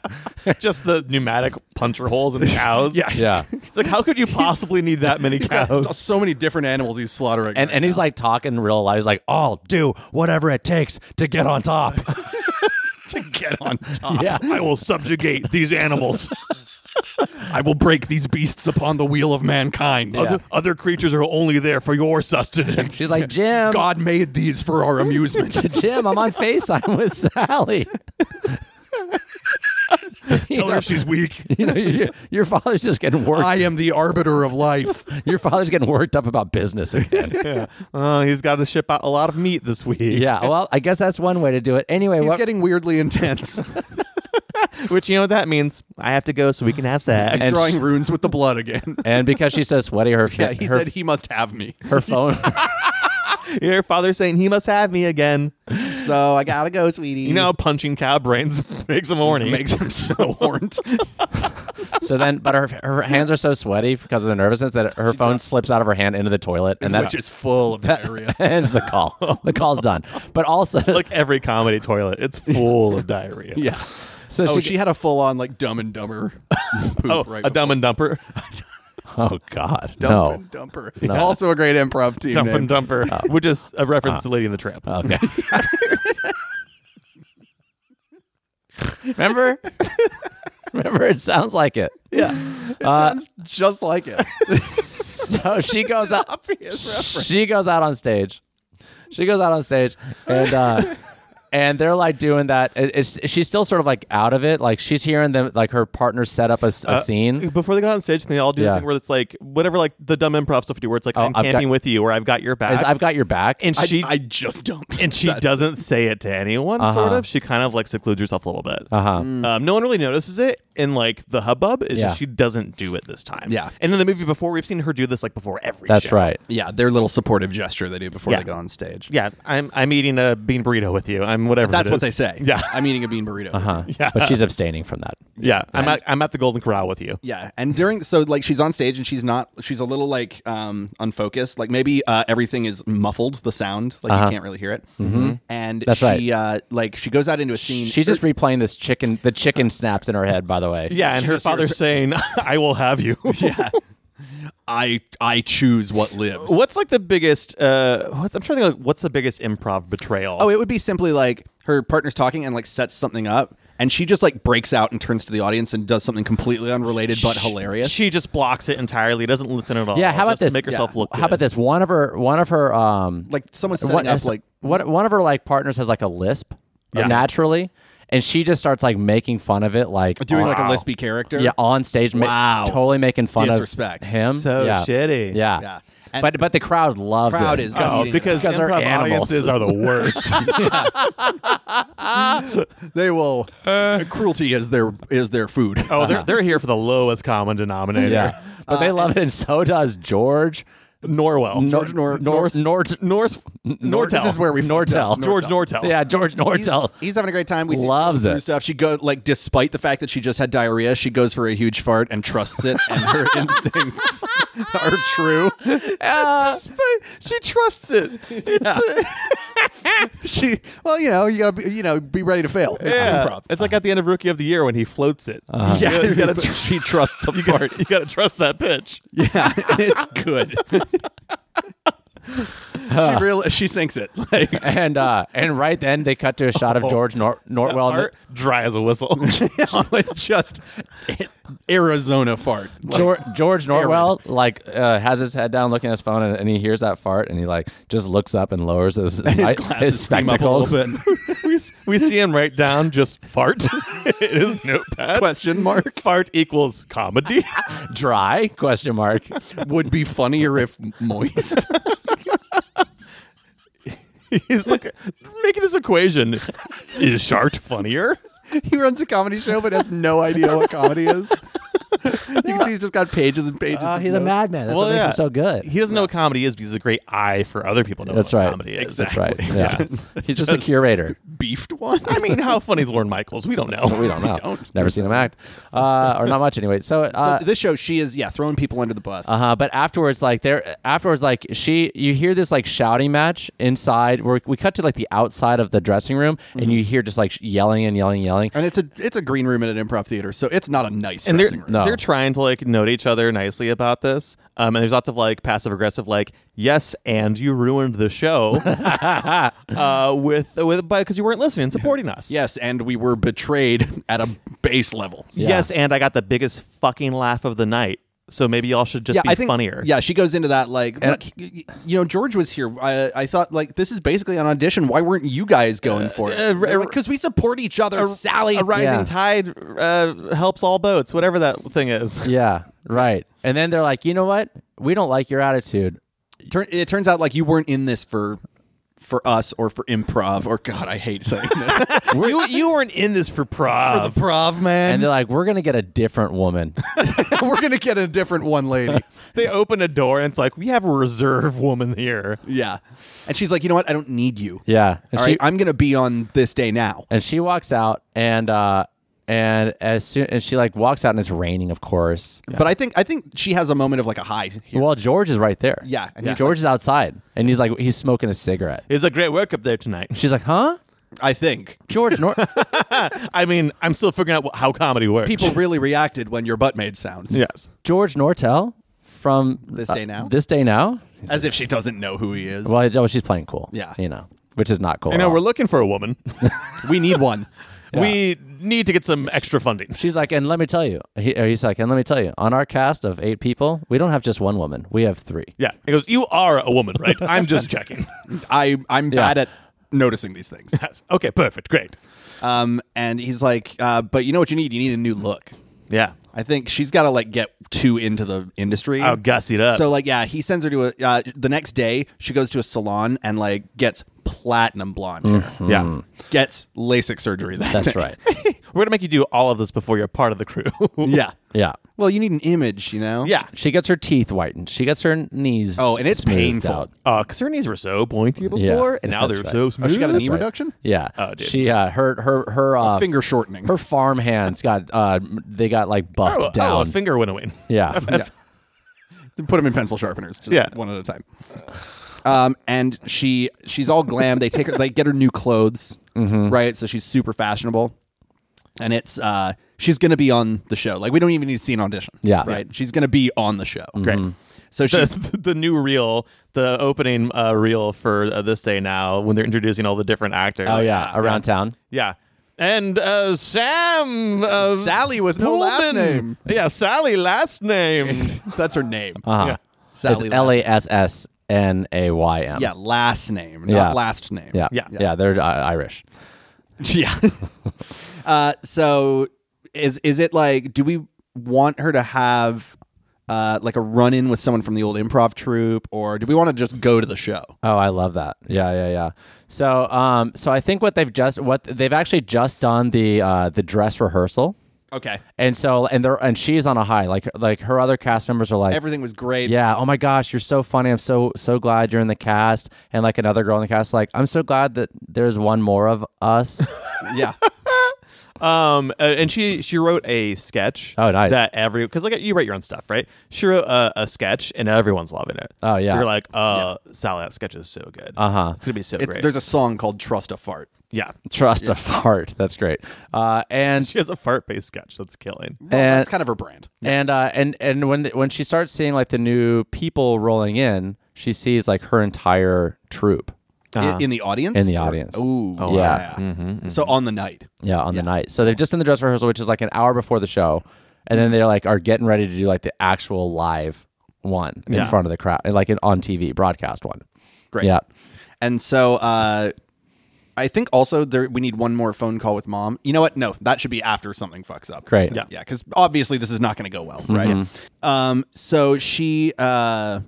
[SPEAKER 2] turkeys.
[SPEAKER 3] *laughs*
[SPEAKER 2] *laughs*
[SPEAKER 4] Just the pneumatic puncher holes in the cows. yeah,
[SPEAKER 3] Yeah.
[SPEAKER 4] It's like how
[SPEAKER 3] *laughs*
[SPEAKER 4] could you possibly need that many cows?
[SPEAKER 2] so many different animals he's slaughtering.
[SPEAKER 3] And,
[SPEAKER 2] right
[SPEAKER 3] and he's like talking real loud. He's like, "I'll do whatever it takes to get on top."
[SPEAKER 2] now *laughs* to get on top.
[SPEAKER 3] yeah,
[SPEAKER 4] I will subjugate these animals.
[SPEAKER 2] *laughs* I will break these beasts upon the wheel of mankind.
[SPEAKER 4] Other, other creatures are only there for your sustenance.
[SPEAKER 3] She's like, Jim.
[SPEAKER 2] God made these for our
[SPEAKER 3] *laughs*
[SPEAKER 2] amusement.
[SPEAKER 3] *laughs* Jim, I'm on FaceTime with Sally. *laughs* you,
[SPEAKER 2] Tell
[SPEAKER 3] know,
[SPEAKER 2] her she's weak.
[SPEAKER 3] *laughs* you know, your, your father's just getting worked.
[SPEAKER 2] I am the arbiter of
[SPEAKER 3] *laughs*
[SPEAKER 2] life.
[SPEAKER 3] your father's getting worked up about business again. *laughs*
[SPEAKER 4] Uh, he's got to ship out a lot of meat this week.
[SPEAKER 3] yeah. Well, I guess that's one way to do it. Anyway,
[SPEAKER 2] He's
[SPEAKER 3] what
[SPEAKER 2] getting weirdly
[SPEAKER 3] *laughs*
[SPEAKER 2] intense.
[SPEAKER 4] Which, you know what that means? I have to go so we can have sex.
[SPEAKER 2] He's drawing runes with the blood
[SPEAKER 3] *laughs*
[SPEAKER 2] again.
[SPEAKER 3] and because she's so sweaty, her
[SPEAKER 2] *laughs* Yeah, he
[SPEAKER 3] her,
[SPEAKER 2] said he must have me.
[SPEAKER 3] her phone. *laughs*
[SPEAKER 4] Your father's saying he must have me again.
[SPEAKER 2] So I gotta go, sweetie.
[SPEAKER 4] You know, how punching cow brains *laughs* makes him
[SPEAKER 2] *laughs*
[SPEAKER 4] horny.
[SPEAKER 2] makes him so horned.
[SPEAKER 3] so then, but her her hands are so sweaty because of the nervousness that her phone slips out of her hand into the toilet, and that
[SPEAKER 2] which is full of diarrhea.
[SPEAKER 3] *laughs* ends the
[SPEAKER 2] *laughs*
[SPEAKER 3] call. The call's done. But also,
[SPEAKER 4] like every comedy
[SPEAKER 2] *laughs*
[SPEAKER 4] toilet, it's full of diarrhea.
[SPEAKER 2] Yeah.
[SPEAKER 3] so
[SPEAKER 2] Oh,
[SPEAKER 3] she,
[SPEAKER 2] she had a full on like dumb and *laughs* dumber poop
[SPEAKER 4] Oh,
[SPEAKER 2] right
[SPEAKER 4] a dumb and dumper.
[SPEAKER 2] *laughs*
[SPEAKER 3] oh god,
[SPEAKER 2] before. dump
[SPEAKER 3] no.
[SPEAKER 2] and dumper. Also a great improv team.
[SPEAKER 4] dump
[SPEAKER 2] name.
[SPEAKER 4] and dumper,
[SPEAKER 2] *laughs*
[SPEAKER 4] which is a
[SPEAKER 2] Uh,
[SPEAKER 4] reference to Lady in the Tramp.
[SPEAKER 3] Okay. Remember? *laughs* Remember? It sounds like it. Uh,
[SPEAKER 4] yeah.
[SPEAKER 2] It
[SPEAKER 4] Uh,
[SPEAKER 2] sounds just like
[SPEAKER 4] *laughs*
[SPEAKER 2] it.
[SPEAKER 3] *laughs* So she goes out.
[SPEAKER 2] Obvious reference.
[SPEAKER 3] She goes out on stage. She goes out on stage, and uh, and they're like doing that. It- It's she's still sort of like out of it. Like she's hearing them, like her partner set up a, s- a
[SPEAKER 4] Uh,
[SPEAKER 3] scene.
[SPEAKER 4] Before they go on stage, they all do
[SPEAKER 3] Yeah.
[SPEAKER 4] the thing where it's like whatever, like the dumb improv stuff you do, where it's
[SPEAKER 2] Oh,
[SPEAKER 4] like I'm
[SPEAKER 3] I've got-
[SPEAKER 4] camping with you, or I've got your back,
[SPEAKER 3] Is I've got your back.
[SPEAKER 4] and she
[SPEAKER 2] I, I just dumped.
[SPEAKER 4] and she
[SPEAKER 2] That's- Uh-huh.
[SPEAKER 4] doesn't say it to anyone. Sort of, she kind of like secludes herself a little bit.
[SPEAKER 3] uh huh.
[SPEAKER 4] Um, no one really notices it in like the hubbub. It's
[SPEAKER 3] Yeah.
[SPEAKER 4] just she doesn't do it this time.
[SPEAKER 2] Yeah.
[SPEAKER 4] and in the movie before, we've seen her do this like before every.
[SPEAKER 3] That's
[SPEAKER 4] show.
[SPEAKER 3] right.
[SPEAKER 2] Yeah, their little supportive gesture they do before
[SPEAKER 4] Yeah.
[SPEAKER 2] they go on stage.
[SPEAKER 4] Yeah, I'm I'm eating a bean burrito with you. I'm whatever.
[SPEAKER 2] That's
[SPEAKER 4] it
[SPEAKER 2] what
[SPEAKER 4] is.
[SPEAKER 2] they say.
[SPEAKER 4] *laughs* Yeah, Uh-huh.
[SPEAKER 2] I'm eating a bean burrito.
[SPEAKER 3] Huh. But she's abstaining from that.
[SPEAKER 4] *laughs* yeah. I'm at I'm at the Golden Corral with you.
[SPEAKER 2] Yeah, and during so like she's on stage and she's not she's a little like um unfocused. Like maybe uh, everything is muffled the sound, like
[SPEAKER 4] Uh-huh.
[SPEAKER 2] you can't really hear it. Mm-hmm. And
[SPEAKER 3] That's
[SPEAKER 2] she
[SPEAKER 3] right.
[SPEAKER 2] uh like she goes out into a scene.
[SPEAKER 3] She's just replaying this chicken, the chicken snaps in her head. By the way.
[SPEAKER 4] Yeah, and
[SPEAKER 2] She
[SPEAKER 4] her
[SPEAKER 2] just hears
[SPEAKER 4] father's
[SPEAKER 2] her-
[SPEAKER 4] saying, *laughs* "I will have
[SPEAKER 3] *laughs*
[SPEAKER 4] you."
[SPEAKER 2] yeah. I I choose what lives.
[SPEAKER 4] *laughs* What's like the biggest? Uh, what's I'm trying to think. Like, what's the biggest improv betrayal?
[SPEAKER 2] Oh, it would be simply like her partner's talking and like sets something up, and she just like breaks out and turns to the audience and does something completely unrelated but hilarious.
[SPEAKER 4] She just blocks it entirely. Doesn't listen at all.
[SPEAKER 3] Yeah, how about
[SPEAKER 4] just to
[SPEAKER 3] this?
[SPEAKER 4] make herself
[SPEAKER 2] Yeah.
[SPEAKER 4] look.
[SPEAKER 3] How about
[SPEAKER 4] good.
[SPEAKER 3] this? One of her, one of her, um,
[SPEAKER 2] like someone setting
[SPEAKER 3] one,
[SPEAKER 2] up like
[SPEAKER 3] one, one of her like partners has like a lisp uh,
[SPEAKER 4] Yeah.
[SPEAKER 3] naturally, and she just starts like making fun of it, like
[SPEAKER 2] doing like a
[SPEAKER 4] Wow.
[SPEAKER 2] lispy character.
[SPEAKER 3] yeah on stage, ma-
[SPEAKER 2] Wow.
[SPEAKER 3] totally making fun
[SPEAKER 2] Disrespect.
[SPEAKER 3] of him.
[SPEAKER 4] So
[SPEAKER 3] yeah.
[SPEAKER 4] shitty.
[SPEAKER 3] Yeah,
[SPEAKER 2] Yeah. And-
[SPEAKER 3] but but the crowd loves
[SPEAKER 2] Crowd
[SPEAKER 3] it.
[SPEAKER 2] is
[SPEAKER 4] Oh,
[SPEAKER 2] Just-
[SPEAKER 4] because
[SPEAKER 3] Because they're
[SPEAKER 4] improv
[SPEAKER 3] animals.
[SPEAKER 4] audiences are the
[SPEAKER 3] *laughs*
[SPEAKER 4] worst.
[SPEAKER 2] They will cruelty is their is their food.
[SPEAKER 4] oh, they're they're here for the lowest common denominator.
[SPEAKER 3] Uh-huh.
[SPEAKER 4] *laughs*
[SPEAKER 3] yeah, but they love it, and so does George.
[SPEAKER 4] Norwell.
[SPEAKER 2] Uh, George Nor-
[SPEAKER 3] North North North
[SPEAKER 2] *laughs*
[SPEAKER 4] Nortel.
[SPEAKER 2] This is where we
[SPEAKER 3] Nortel.
[SPEAKER 4] George Nortel.
[SPEAKER 3] Yeah, George
[SPEAKER 2] He's, *laughs*
[SPEAKER 3] Nortel.
[SPEAKER 2] he's having a great time. We see
[SPEAKER 3] Loves
[SPEAKER 2] through
[SPEAKER 3] it.
[SPEAKER 2] stuff. She go like despite the fact that she just had diarrhea, she goes for a huge fart and trusts it, and her *laughs* instincts are true.
[SPEAKER 4] *laughs* she
[SPEAKER 2] *laughs*
[SPEAKER 4] trusts it. It's,
[SPEAKER 2] She well, you know, you gotta be, you know be ready to fail. It's improv.
[SPEAKER 4] it's like at the end of Rookie of the Year when he floats it.
[SPEAKER 3] Uh-huh.
[SPEAKER 2] yeah, *laughs*
[SPEAKER 4] You gotta- you
[SPEAKER 2] but
[SPEAKER 4] gotta
[SPEAKER 2] she trusts a
[SPEAKER 4] You
[SPEAKER 2] fart.
[SPEAKER 4] got, you got to trust that pitch.
[SPEAKER 2] *laughs* Yeah, it's good. she really she sinks it. *laughs* Like
[SPEAKER 3] and uh, and right then they cut to a shot of George Nor- Nortwell.
[SPEAKER 4] Art, dry as a
[SPEAKER 3] *laughs*
[SPEAKER 4] whistle. *laughs*
[SPEAKER 2] *laughs* it's just Arizona fart. Like,
[SPEAKER 3] George, George Norwell like uh, has his head down, looking at his phone, and, and he hears that fart, and he like just looks up and lowers his
[SPEAKER 2] his
[SPEAKER 3] light-
[SPEAKER 2] glasses
[SPEAKER 3] his
[SPEAKER 2] steam up a little
[SPEAKER 3] spectacles.
[SPEAKER 2] *laughs* bit.
[SPEAKER 4] we, s- we see him write down just fart *laughs* in his notepad.
[SPEAKER 2] Question mark.
[SPEAKER 4] Fart equals comedy. *laughs*
[SPEAKER 3] Dry question mark.
[SPEAKER 2] Would be funnier if moist.
[SPEAKER 4] He's like making this equation. Is shart funnier?
[SPEAKER 2] *laughs* he runs a comedy show but has no idea what comedy *laughs* is. you can see he's just got pages and
[SPEAKER 3] Uh,
[SPEAKER 2] pages. of notes.
[SPEAKER 3] That's
[SPEAKER 4] He doesn't know what comedy is because he's a great eye for other people to know
[SPEAKER 3] That's
[SPEAKER 4] what
[SPEAKER 3] right.
[SPEAKER 4] comedy is.
[SPEAKER 2] Exactly.
[SPEAKER 4] *laughs*
[SPEAKER 3] Right. Yeah. He's just a
[SPEAKER 2] Just-
[SPEAKER 3] curator.
[SPEAKER 2] Beefed one.
[SPEAKER 4] I
[SPEAKER 2] *laughs*
[SPEAKER 4] mean, how funny is Lorne Michaels? *laughs* We don't know.
[SPEAKER 3] We don't know. Never seen him act, uh, or not much anyway. So, uh,
[SPEAKER 2] so this show, she is yeah throwing people under the bus.
[SPEAKER 3] Uh-huh, but afterwards, like there, afterwards, like she, you hear this like shouting match inside. Where we cut to like the outside of the dressing room, and you hear just like sh- yelling and yelling, and yelling.
[SPEAKER 2] And it's a it's a green room at an improv theater, so it's not a nice
[SPEAKER 4] And they're
[SPEAKER 2] dressing room.
[SPEAKER 3] No.
[SPEAKER 4] they're trying to like note each other nicely about this. Um, and there's lots of like passive aggressive, like yes, and you ruined the
[SPEAKER 3] *laughs*
[SPEAKER 4] show uh, with with because you weren't listening and supporting us.
[SPEAKER 2] Yes, and we were betrayed *laughs* at a base level.
[SPEAKER 3] Yeah.
[SPEAKER 4] Yes, and I got the biggest fucking laugh of the night. So maybe y'all should just be funnier.
[SPEAKER 2] Yeah, she goes into that like, look, y- y- you know, George was here. I, I thought like this is basically an audition. Why weren't you guys
[SPEAKER 3] Uh,
[SPEAKER 2] going for it? Because we support each other, Sally.
[SPEAKER 4] A rising
[SPEAKER 3] Yeah.
[SPEAKER 4] tide uh, helps all boats, whatever that thing is.
[SPEAKER 3] Yeah, right. And then they're like, you know what? We don't like your attitude.
[SPEAKER 2] Turn, it turns out like you weren't in this for for us or for improv or God, I hate saying this. *laughs*
[SPEAKER 4] *laughs* you, you weren't in this for prov.
[SPEAKER 2] improv,
[SPEAKER 3] Uh, And uh,
[SPEAKER 2] man.
[SPEAKER 3] they're like, we're gonna get a different woman.
[SPEAKER 2] *laughs* we're gonna get a different one,
[SPEAKER 3] *laughs*
[SPEAKER 2] lady.
[SPEAKER 4] they open a door and it's like, we have a reserve woman here.
[SPEAKER 2] yeah, and she's like, you know what? I don't need you.
[SPEAKER 3] Yeah, and
[SPEAKER 2] All
[SPEAKER 3] she
[SPEAKER 2] right, I'm gonna be on this day now.
[SPEAKER 3] and she walks out and uh and as soon and she like walks out and it's raining, of course.
[SPEAKER 2] But I think I think she has a moment of like a high. Here.
[SPEAKER 3] Well, George is right there.
[SPEAKER 2] Yeah, and he's
[SPEAKER 3] George is outside and he's like he's smoking a cigarette.
[SPEAKER 4] It was a great work up there tonight.
[SPEAKER 3] She's like, huh?
[SPEAKER 2] I think
[SPEAKER 3] George Nor- *laughs*
[SPEAKER 4] I mean, I'm still figuring out wh- how comedy works.
[SPEAKER 2] people really reacted when your butt made sounds.
[SPEAKER 4] *laughs* Yes.
[SPEAKER 3] George Nortel from
[SPEAKER 2] This
[SPEAKER 3] uh,
[SPEAKER 2] Day Now?
[SPEAKER 3] This day now.
[SPEAKER 2] As if she doesn't know who he is.
[SPEAKER 3] Well, I- oh, she's playing cool.
[SPEAKER 2] Yeah.
[SPEAKER 3] you know, which is not cool.
[SPEAKER 4] I
[SPEAKER 3] at
[SPEAKER 4] know
[SPEAKER 3] all.
[SPEAKER 4] we're looking for a woman.
[SPEAKER 2] we need one.
[SPEAKER 4] We need to get some extra funding.
[SPEAKER 3] She's like, and let me tell you, he, or he's like, and let me tell you, on our cast of eight people, we don't have just one woman. We have three.
[SPEAKER 4] Yeah. He goes, You are a woman, right? I'm just checking.
[SPEAKER 2] I I'm
[SPEAKER 3] Yeah.
[SPEAKER 2] bad at noticing these things.
[SPEAKER 4] Yes. Okay, perfect. Great.
[SPEAKER 2] Um, and he's like, uh, but you know what you need? You need a new look.
[SPEAKER 4] Yeah.
[SPEAKER 2] I think she's got to like get too into the industry.
[SPEAKER 3] Oh,
[SPEAKER 4] I'll guss it up.
[SPEAKER 2] So like, yeah, he sends her to a. Uh, the next day, she goes to a salon and like gets platinum blonde hair,
[SPEAKER 4] yeah.
[SPEAKER 2] gets LASIK surgery. That *laughs*
[SPEAKER 3] Mm. That's
[SPEAKER 2] day.
[SPEAKER 3] right.
[SPEAKER 4] We're going to make you do all of this before you're part of the crew.
[SPEAKER 2] Yeah.
[SPEAKER 3] Yeah.
[SPEAKER 2] Well, you need an image, you know.
[SPEAKER 4] *laughs* yeah.
[SPEAKER 3] She gets her teeth whitened. She gets her knees.
[SPEAKER 2] Oh, and it's
[SPEAKER 3] smoothed
[SPEAKER 2] painful.
[SPEAKER 3] out.
[SPEAKER 4] Because her knees Uh, were so pointy before, and now
[SPEAKER 3] that's
[SPEAKER 4] they're
[SPEAKER 3] right.
[SPEAKER 4] so
[SPEAKER 2] Oh,
[SPEAKER 4] smooth.
[SPEAKER 2] she got a knee
[SPEAKER 3] right.
[SPEAKER 2] reduction.
[SPEAKER 3] Yeah.
[SPEAKER 4] Oh, dude.
[SPEAKER 3] She uh, her her her uh,
[SPEAKER 2] Finger shortening.
[SPEAKER 3] Her farm hands got uh, they got like buffed
[SPEAKER 4] Oh,
[SPEAKER 3] down.
[SPEAKER 4] oh, a finger went away. *laughs*
[SPEAKER 3] yeah.
[SPEAKER 2] yeah. *laughs* Put them in pencil sharpeners, just
[SPEAKER 4] Yeah.
[SPEAKER 2] one at a time. Um, and she she's all glam. They take her, they get her new clothes,
[SPEAKER 3] Mm-hmm.
[SPEAKER 2] right? So she's super fashionable, and it's uh, she's gonna be on the show. Like we don't even need to see an audition,
[SPEAKER 3] Yeah. Mm-hmm.
[SPEAKER 2] right? She's gonna be on the show.
[SPEAKER 4] Great. *laughs*
[SPEAKER 2] So
[SPEAKER 4] The,
[SPEAKER 2] she's
[SPEAKER 4] the new reel, the opening uh, reel for uh, this day now, when they're introducing all the different actors.
[SPEAKER 3] Oh yeah. Around town.
[SPEAKER 4] Yeah. And uh, Sam. Uh,
[SPEAKER 2] Sally with no last name.
[SPEAKER 4] Yeah, Sally
[SPEAKER 2] *laughs*
[SPEAKER 4] last name.
[SPEAKER 2] that's her name,
[SPEAKER 3] Uh-huh.
[SPEAKER 4] Yeah.
[SPEAKER 3] It's
[SPEAKER 2] Sally.
[SPEAKER 3] L
[SPEAKER 2] last-
[SPEAKER 3] a s s n a y m.
[SPEAKER 2] yeah, last name, not
[SPEAKER 3] Yeah.
[SPEAKER 2] last name.
[SPEAKER 3] Yeah.
[SPEAKER 4] Yeah.
[SPEAKER 3] Yeah. They're uh, Irish.
[SPEAKER 2] *laughs* Yeah. uh, so is is it like do we want her to have uh, like a run in with someone from the old improv troupe, or do we want to just go to the show?
[SPEAKER 3] Oh, I love that. Yeah, yeah, yeah. So, um, so I think what they've just what they've actually just done the uh, the dress rehearsal,
[SPEAKER 2] Okay.
[SPEAKER 3] and so and they're and she's on a high. Like like her other cast members are like,
[SPEAKER 2] Everything was great.
[SPEAKER 3] yeah, oh my gosh, you're so funny. I'm so so glad you're in the cast. And like another girl in the cast, like I'm so glad that there's one more of us.
[SPEAKER 2] *laughs* Yeah.
[SPEAKER 4] Um, uh, and she she wrote a sketch.
[SPEAKER 3] Oh, nice.
[SPEAKER 4] That every because like you write your own stuff, right? She wrote a, a sketch, and everyone's loving it.
[SPEAKER 3] Oh, yeah.
[SPEAKER 4] you're like, uh, Sally, that sketch is so good. Uh
[SPEAKER 3] Uh-huh.
[SPEAKER 4] It's gonna be so
[SPEAKER 2] It's-
[SPEAKER 4] great.
[SPEAKER 2] there's a song called Trust a Fart.
[SPEAKER 3] Oh,
[SPEAKER 4] yeah, *laughs*
[SPEAKER 3] Trust a fart. That's great. Uh, and
[SPEAKER 4] she has a fart based sketch that's killing.
[SPEAKER 2] Well,
[SPEAKER 3] And-
[SPEAKER 2] that's kind of her brand.
[SPEAKER 3] and uh, and and when when she starts seeing like the new people rolling in, she sees like her entire troupe.
[SPEAKER 2] I- In, the audience?
[SPEAKER 3] Uh-huh. In the
[SPEAKER 2] Or-
[SPEAKER 3] audience.
[SPEAKER 2] Ooh.
[SPEAKER 3] Oh, yeah. mm-hmm.
[SPEAKER 2] So on the night.
[SPEAKER 3] Yeah, on the night. So they're just in the dress rehearsal, which is like an hour before the show, and then they're like are getting ready to do like the actual live one in
[SPEAKER 4] Yeah.
[SPEAKER 3] front of the crowd, like an on TV broadcast one.
[SPEAKER 2] Great.
[SPEAKER 3] Yeah.
[SPEAKER 2] And so uh, I think also there we need one more phone call with mom. You know what? No, that should be after something fucks up.
[SPEAKER 3] Great. Mm-hmm.
[SPEAKER 2] Yeah. Yeah, because obviously this is not going to go well, right? Um, so she uh,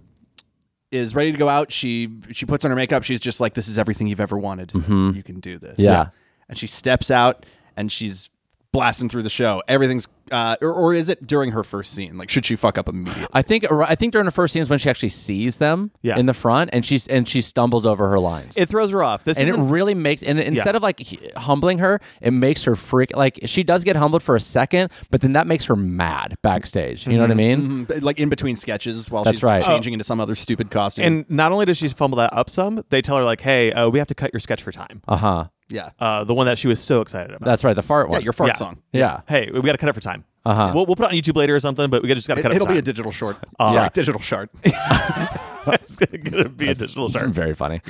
[SPEAKER 2] is ready to go out. She she puts on her makeup. She's just like, "This is everything you've ever wanted. You can do this."
[SPEAKER 3] Mm-hmm. Yeah.
[SPEAKER 2] And she steps out, and she's blasting through the show. Everything's, uh, or, or is it during her first scene? Like, should she fuck up immediately?
[SPEAKER 3] I think I think during the first scene is when she actually sees them
[SPEAKER 4] Yeah.
[SPEAKER 3] in the front, and she's and she stumbles over her lines.
[SPEAKER 4] It throws her off. This
[SPEAKER 3] and it
[SPEAKER 4] isn't
[SPEAKER 3] really makes and instead of like h- humbling her, it makes her freak. Like she does get humbled for a second, but then that makes her mad backstage. You know
[SPEAKER 4] Mm-hmm.
[SPEAKER 3] what I mean?
[SPEAKER 2] Mm, Like in between sketches while
[SPEAKER 3] That's
[SPEAKER 2] she's
[SPEAKER 3] right.
[SPEAKER 2] changing into some other stupid costume.
[SPEAKER 4] and not only does she fumble that up some, they tell her like, "Hey, uh, we have to cut your sketch for time."
[SPEAKER 3] Uh huh.
[SPEAKER 2] yeah,
[SPEAKER 4] Uh, the one that she was so excited about.
[SPEAKER 3] That's right. The fart
[SPEAKER 2] yeah,
[SPEAKER 3] one.
[SPEAKER 2] your fart
[SPEAKER 4] Yeah.
[SPEAKER 2] song.
[SPEAKER 3] yeah.
[SPEAKER 4] hey, we got to cut it for time.
[SPEAKER 3] Uh-huh.
[SPEAKER 4] We'll, we'll put it on YouTube later or something, but we just got to
[SPEAKER 2] It,
[SPEAKER 4] cut
[SPEAKER 2] will
[SPEAKER 4] it.
[SPEAKER 2] be a digital short.
[SPEAKER 4] Uh,
[SPEAKER 2] Sorry,
[SPEAKER 3] Yeah.
[SPEAKER 2] digital
[SPEAKER 4] *laughs*
[SPEAKER 2] short.
[SPEAKER 4] *laughs* it's going to be a digital
[SPEAKER 2] *laughs*
[SPEAKER 4] shark. *laughs*
[SPEAKER 3] Very funny.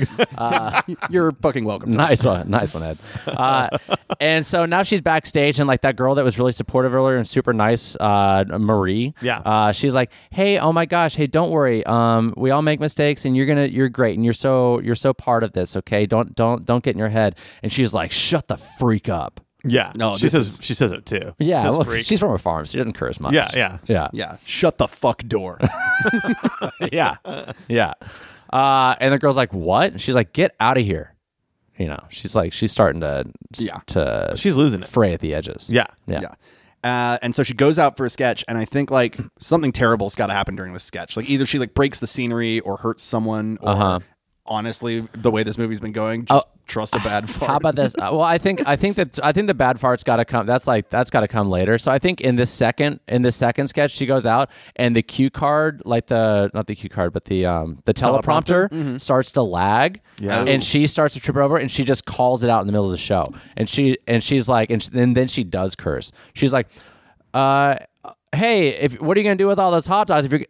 [SPEAKER 2] You're fucking welcome.
[SPEAKER 3] *laughs* nice one, nice one, Ed. Uh, and so now she's backstage, and like that girl that was really supportive earlier and super nice, uh, Marie.
[SPEAKER 4] Yeah.
[SPEAKER 3] Uh, she's like, "Hey, oh my gosh, hey, don't worry. Um, we all make mistakes, and you're gonna, you're great, and you're so, you're so part of this. Okay, don't, don't, don't get in your head." And she's like, "Shut the freak up."
[SPEAKER 4] Yeah.
[SPEAKER 2] No,
[SPEAKER 4] she
[SPEAKER 2] this
[SPEAKER 4] says she says it too.
[SPEAKER 3] Yeah,
[SPEAKER 4] She says
[SPEAKER 3] well,
[SPEAKER 4] freak.
[SPEAKER 3] she's from a farm. She doesn't curse much.
[SPEAKER 4] Yeah, yeah.
[SPEAKER 3] yeah,
[SPEAKER 2] Yeah. Shut the fuck
[SPEAKER 4] *laughs*
[SPEAKER 2] door.
[SPEAKER 3] *laughs* yeah, yeah. Uh, and the girl's like, "What?" And she's like, "Get out of here." You know, she's like, she's starting to,
[SPEAKER 2] Yeah.
[SPEAKER 3] to
[SPEAKER 4] she's losing it.
[SPEAKER 3] fray at the edges.
[SPEAKER 4] Yeah.
[SPEAKER 3] yeah.
[SPEAKER 2] yeah. Uh, and so she goes out for a sketch, and I think like something terrible's got to happen during this sketch. Like either she like breaks the scenery or hurts someone. Or
[SPEAKER 3] Uh-huh.
[SPEAKER 2] honestly, the way this movie's been going, just trust a bad fart.
[SPEAKER 3] Oh. *sighs* How about this? Uh, well, I think I think that I think the bad fart's got to come. That's like that's got to come later. So I think in this second in this second sketch, she goes out and the cue card, like the not the cue card, but the um the teleprompter, starts to lag.
[SPEAKER 4] Yeah.
[SPEAKER 3] and she starts to trip over, and she just calls it out in the middle of the show, and she and she's like, and, sh- and then she does curse. She's like, uh, hey, if what are you gonna do with all those hot dogs if you're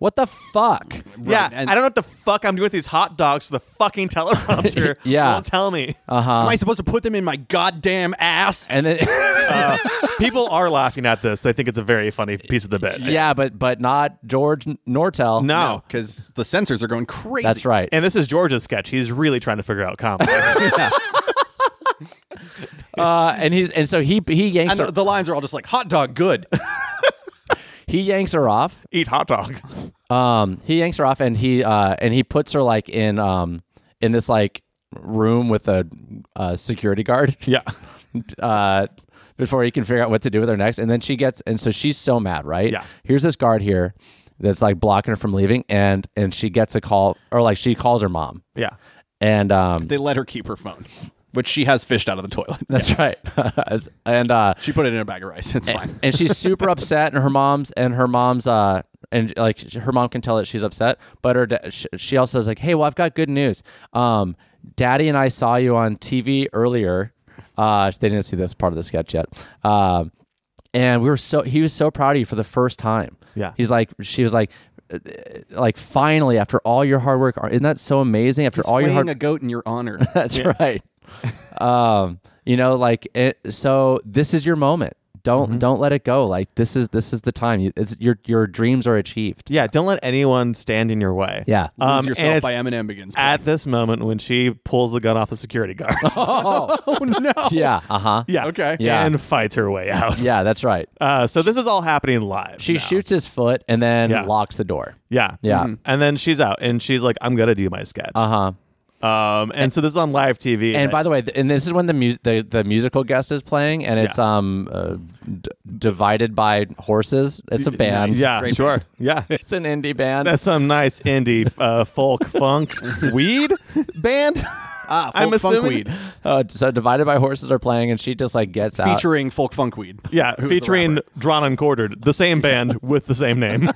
[SPEAKER 3] what the fuck?
[SPEAKER 4] Yeah,
[SPEAKER 2] and-
[SPEAKER 4] I don't know what the fuck I'm doing with these hot dogs. The fucking teleprompter
[SPEAKER 3] *laughs* Yeah. Uh,
[SPEAKER 4] won't tell me.
[SPEAKER 2] Am I supposed to put them in my goddamn ass?
[SPEAKER 3] And then
[SPEAKER 4] *laughs*
[SPEAKER 3] *laughs*
[SPEAKER 4] People are laughing at this. They think it's a very funny piece of the bit.
[SPEAKER 3] yeah, but but not George Nortel.
[SPEAKER 4] No.
[SPEAKER 2] because the censors are going crazy.
[SPEAKER 3] That's right.
[SPEAKER 4] And this is George's sketch. He's really trying to figure out *laughs* comedy.
[SPEAKER 3] Uh, and he's and so he he yanks
[SPEAKER 2] And
[SPEAKER 3] her,
[SPEAKER 2] the, the lines are all just like hot dog good.
[SPEAKER 3] he yanks her off.
[SPEAKER 4] Eat hot
[SPEAKER 3] *laughs*
[SPEAKER 4] dog.
[SPEAKER 3] Um, he yanks her off, and he uh and he puts her like in um in this like room with a uh, security guard. *laughs*
[SPEAKER 4] Yeah.
[SPEAKER 3] Uh, before he can figure out what to do with her next, and then she gets and so she's so mad, right?
[SPEAKER 4] Yeah.
[SPEAKER 3] Here's this guard here that's like blocking her from leaving, and and she gets a call or like she calls her mom,
[SPEAKER 4] Yeah.
[SPEAKER 3] and um.
[SPEAKER 2] They let her keep her phone, which she has fished out of the toilet.
[SPEAKER 3] that's
[SPEAKER 2] *laughs*
[SPEAKER 3] right, *laughs* and uh,
[SPEAKER 2] She put it in a bag of rice. It's fine.
[SPEAKER 3] and she's super upset and her mom's and her mom's uh and like sh- her mom can tell that she's upset but her da- sh- she also is like hey well i've got good news um daddy and i saw you on tv earlier uh they didn't see this part of the sketch yet um and we were so he was so proud of you for the first time
[SPEAKER 4] Yeah.
[SPEAKER 3] he's like she was like uh, like finally after all your hard work isn't that so amazing after all your hard
[SPEAKER 2] Slaying a goat in your honor.
[SPEAKER 3] that's right. um, you know, like it, so this is your moment. Don't
[SPEAKER 4] Mm-hmm.
[SPEAKER 3] don't let it go. Like this is this is the time. You, it's your your dreams are
[SPEAKER 4] *laughs*
[SPEAKER 3] achieved.
[SPEAKER 4] Yeah. Don't let anyone stand in your way.
[SPEAKER 3] Yeah.
[SPEAKER 2] Lose
[SPEAKER 4] *laughs* Um, and
[SPEAKER 2] yourself by
[SPEAKER 4] it's
[SPEAKER 2] Eminem begins. playing.
[SPEAKER 4] At this moment, when she pulls the gun off the security guard.
[SPEAKER 2] *laughs*
[SPEAKER 4] *laughs*
[SPEAKER 2] oh no.
[SPEAKER 3] Yeah. Uh huh.
[SPEAKER 4] yeah.
[SPEAKER 2] Okay.
[SPEAKER 3] Yeah.
[SPEAKER 4] And fights her way out.
[SPEAKER 3] Yeah. That's
[SPEAKER 4] *laughs*
[SPEAKER 3] right.
[SPEAKER 4] Uh, so this is all happening live.
[SPEAKER 3] She
[SPEAKER 4] now.
[SPEAKER 3] shoots his foot and then
[SPEAKER 4] Yeah.
[SPEAKER 3] locks the door.
[SPEAKER 4] Yeah.
[SPEAKER 3] Yeah.
[SPEAKER 2] Mm-hmm.
[SPEAKER 3] Mhm.
[SPEAKER 4] And then she's out and she's like, I'm going to do my sketch.
[SPEAKER 3] Uh huh.
[SPEAKER 4] Um, and, so this is on live TV.
[SPEAKER 3] And by the way, th- and this is when the mu- the, the musical guest is playing, and it's um uh, d- divided by horses. It's a
[SPEAKER 4] *laughs*
[SPEAKER 3] band.
[SPEAKER 4] yeah,
[SPEAKER 2] Great
[SPEAKER 4] sure. *laughs* Yeah.
[SPEAKER 3] It's an indie band.
[SPEAKER 4] That's some nice indie
[SPEAKER 2] *laughs*
[SPEAKER 4] uh, folk funk weed band.
[SPEAKER 2] Ah, folk
[SPEAKER 4] I'm assuming.
[SPEAKER 2] funkweed.
[SPEAKER 3] *laughs* Uh, so divided by horses are playing, and she just like gets out.
[SPEAKER 2] Featuring folk funkweed.
[SPEAKER 4] Yeah,
[SPEAKER 2] Who is a
[SPEAKER 4] featuring
[SPEAKER 2] rapper.
[SPEAKER 4] Drawn and Quartered, the
[SPEAKER 2] *laughs*
[SPEAKER 4] same band with the same name.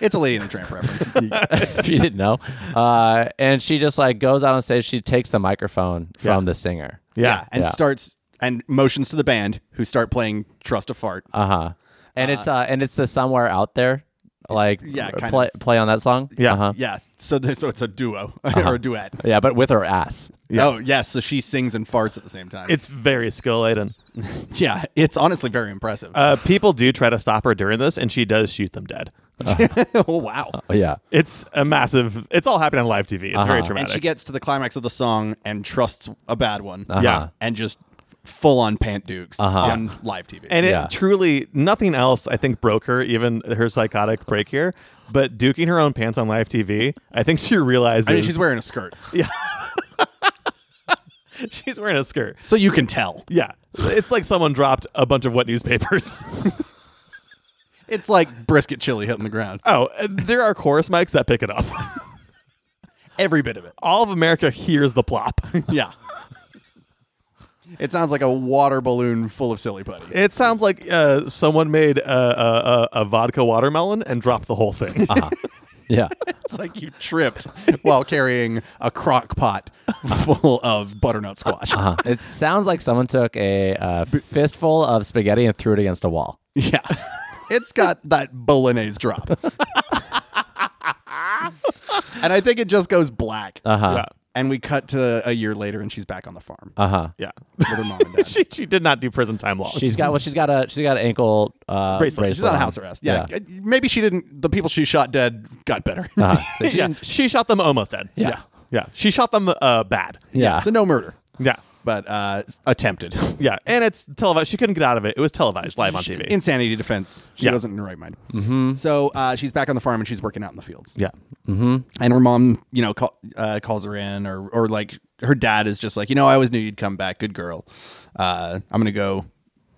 [SPEAKER 2] It's a Lady in the Tramp reference.
[SPEAKER 3] *laughs* if you didn't know. Uh, and she just like goes out on stage. She takes the microphone from
[SPEAKER 4] Yeah.
[SPEAKER 3] the singer.
[SPEAKER 4] *laughs* Yeah.
[SPEAKER 2] and
[SPEAKER 3] Yeah.
[SPEAKER 2] starts and motions to the band who start playing Trust a Fart.
[SPEAKER 4] Uh-huh.
[SPEAKER 3] Uh huh. And it's uh and it's the somewhere out there, like
[SPEAKER 2] Yeah, kind
[SPEAKER 3] play play on that song.
[SPEAKER 4] Yeah.
[SPEAKER 3] Uh-huh.
[SPEAKER 2] yeah, so there, so it's a duo *laughs* or
[SPEAKER 4] Uh-huh.
[SPEAKER 2] a duet.
[SPEAKER 3] yeah, but with her ass.
[SPEAKER 2] Oh yes, so she sings and farts at the same time.
[SPEAKER 4] It's very skill laden.
[SPEAKER 2] yeah, it's honestly very impressive.
[SPEAKER 4] Uh, people do try to stop her during this, and she does shoot them dead.
[SPEAKER 2] *laughs* oh wow!
[SPEAKER 4] uh,
[SPEAKER 3] Yeah.
[SPEAKER 4] It's a massive. It's all happening on live TV. It's very
[SPEAKER 3] Uh-huh.
[SPEAKER 2] and
[SPEAKER 4] traumatic.
[SPEAKER 2] she gets to the climax of the song and trusts a bad one.
[SPEAKER 4] Yeah.
[SPEAKER 2] and just full on pant dukes on live TV.
[SPEAKER 4] and it
[SPEAKER 3] Uh-huh. Yeah.
[SPEAKER 4] truly nothing else I think broke her, even her psychotic break here. But duking her own pants on live TV, I think she realizes
[SPEAKER 2] I mean, she's wearing a skirt,
[SPEAKER 4] *laughs* she's wearing a skirt.
[SPEAKER 2] so you can tell.
[SPEAKER 4] Yeah, it's like someone dropped a bunch of wet newspapers. *laughs*
[SPEAKER 2] It's like brisket chili hitting the ground.
[SPEAKER 4] oh, and there are chorus mics that pick it up. *laughs*
[SPEAKER 2] Every bit of it.
[SPEAKER 4] All of America hears the plop. *laughs*
[SPEAKER 2] Yeah. It sounds like a water balloon full of silly putty.
[SPEAKER 4] It sounds like uh, someone made a, a, a, a vodka watermelon and dropped the
[SPEAKER 2] Uh-huh.
[SPEAKER 4] whole thing.
[SPEAKER 3] Yeah.
[SPEAKER 2] It's like you tripped while carrying a crock pot full of butternut squash.
[SPEAKER 3] Uh-huh. It sounds like someone took a uh, fistful of spaghetti and threw it against a wall.
[SPEAKER 2] Yeah. It's got that bolognese drop. and I think it just goes black.
[SPEAKER 3] Uh huh.
[SPEAKER 4] *laughs* yeah.
[SPEAKER 2] And we cut to a year later and she's back on the farm
[SPEAKER 3] Uh huh.
[SPEAKER 4] Yeah. *laughs*
[SPEAKER 2] with her mom and dad.
[SPEAKER 4] she, she did not do prison time long.
[SPEAKER 3] She's got well. She's got a. She's got an ankle uh,
[SPEAKER 4] Bracelet.
[SPEAKER 2] She's on house arrest. Yeah. Uh, Maybe she didn't, the people she shot dead got better. *laughs*
[SPEAKER 4] *laughs*
[SPEAKER 3] Yeah. Uh-huh.
[SPEAKER 4] yeah. She shot them almost dead.
[SPEAKER 3] Yeah.
[SPEAKER 4] Yeah. Yeah. She shot them uh, bad.
[SPEAKER 3] yeah.
[SPEAKER 2] so no murder,
[SPEAKER 4] Yeah.
[SPEAKER 2] but uh, attempted. *laughs*
[SPEAKER 4] Yeah. And it's televised. She couldn't get out of it. It was televised live on TV.
[SPEAKER 2] Insanity defense. She
[SPEAKER 4] Yeah.
[SPEAKER 2] wasn't in her right mind. Mm-hmm. So uh, she's back on the farm and she's working out in the fields.
[SPEAKER 4] yeah.
[SPEAKER 2] and her mom, you know, call, uh, calls her in, or or like her dad is just like, you know, I always knew you'd come back. Good girl. Uh, I'm gonna go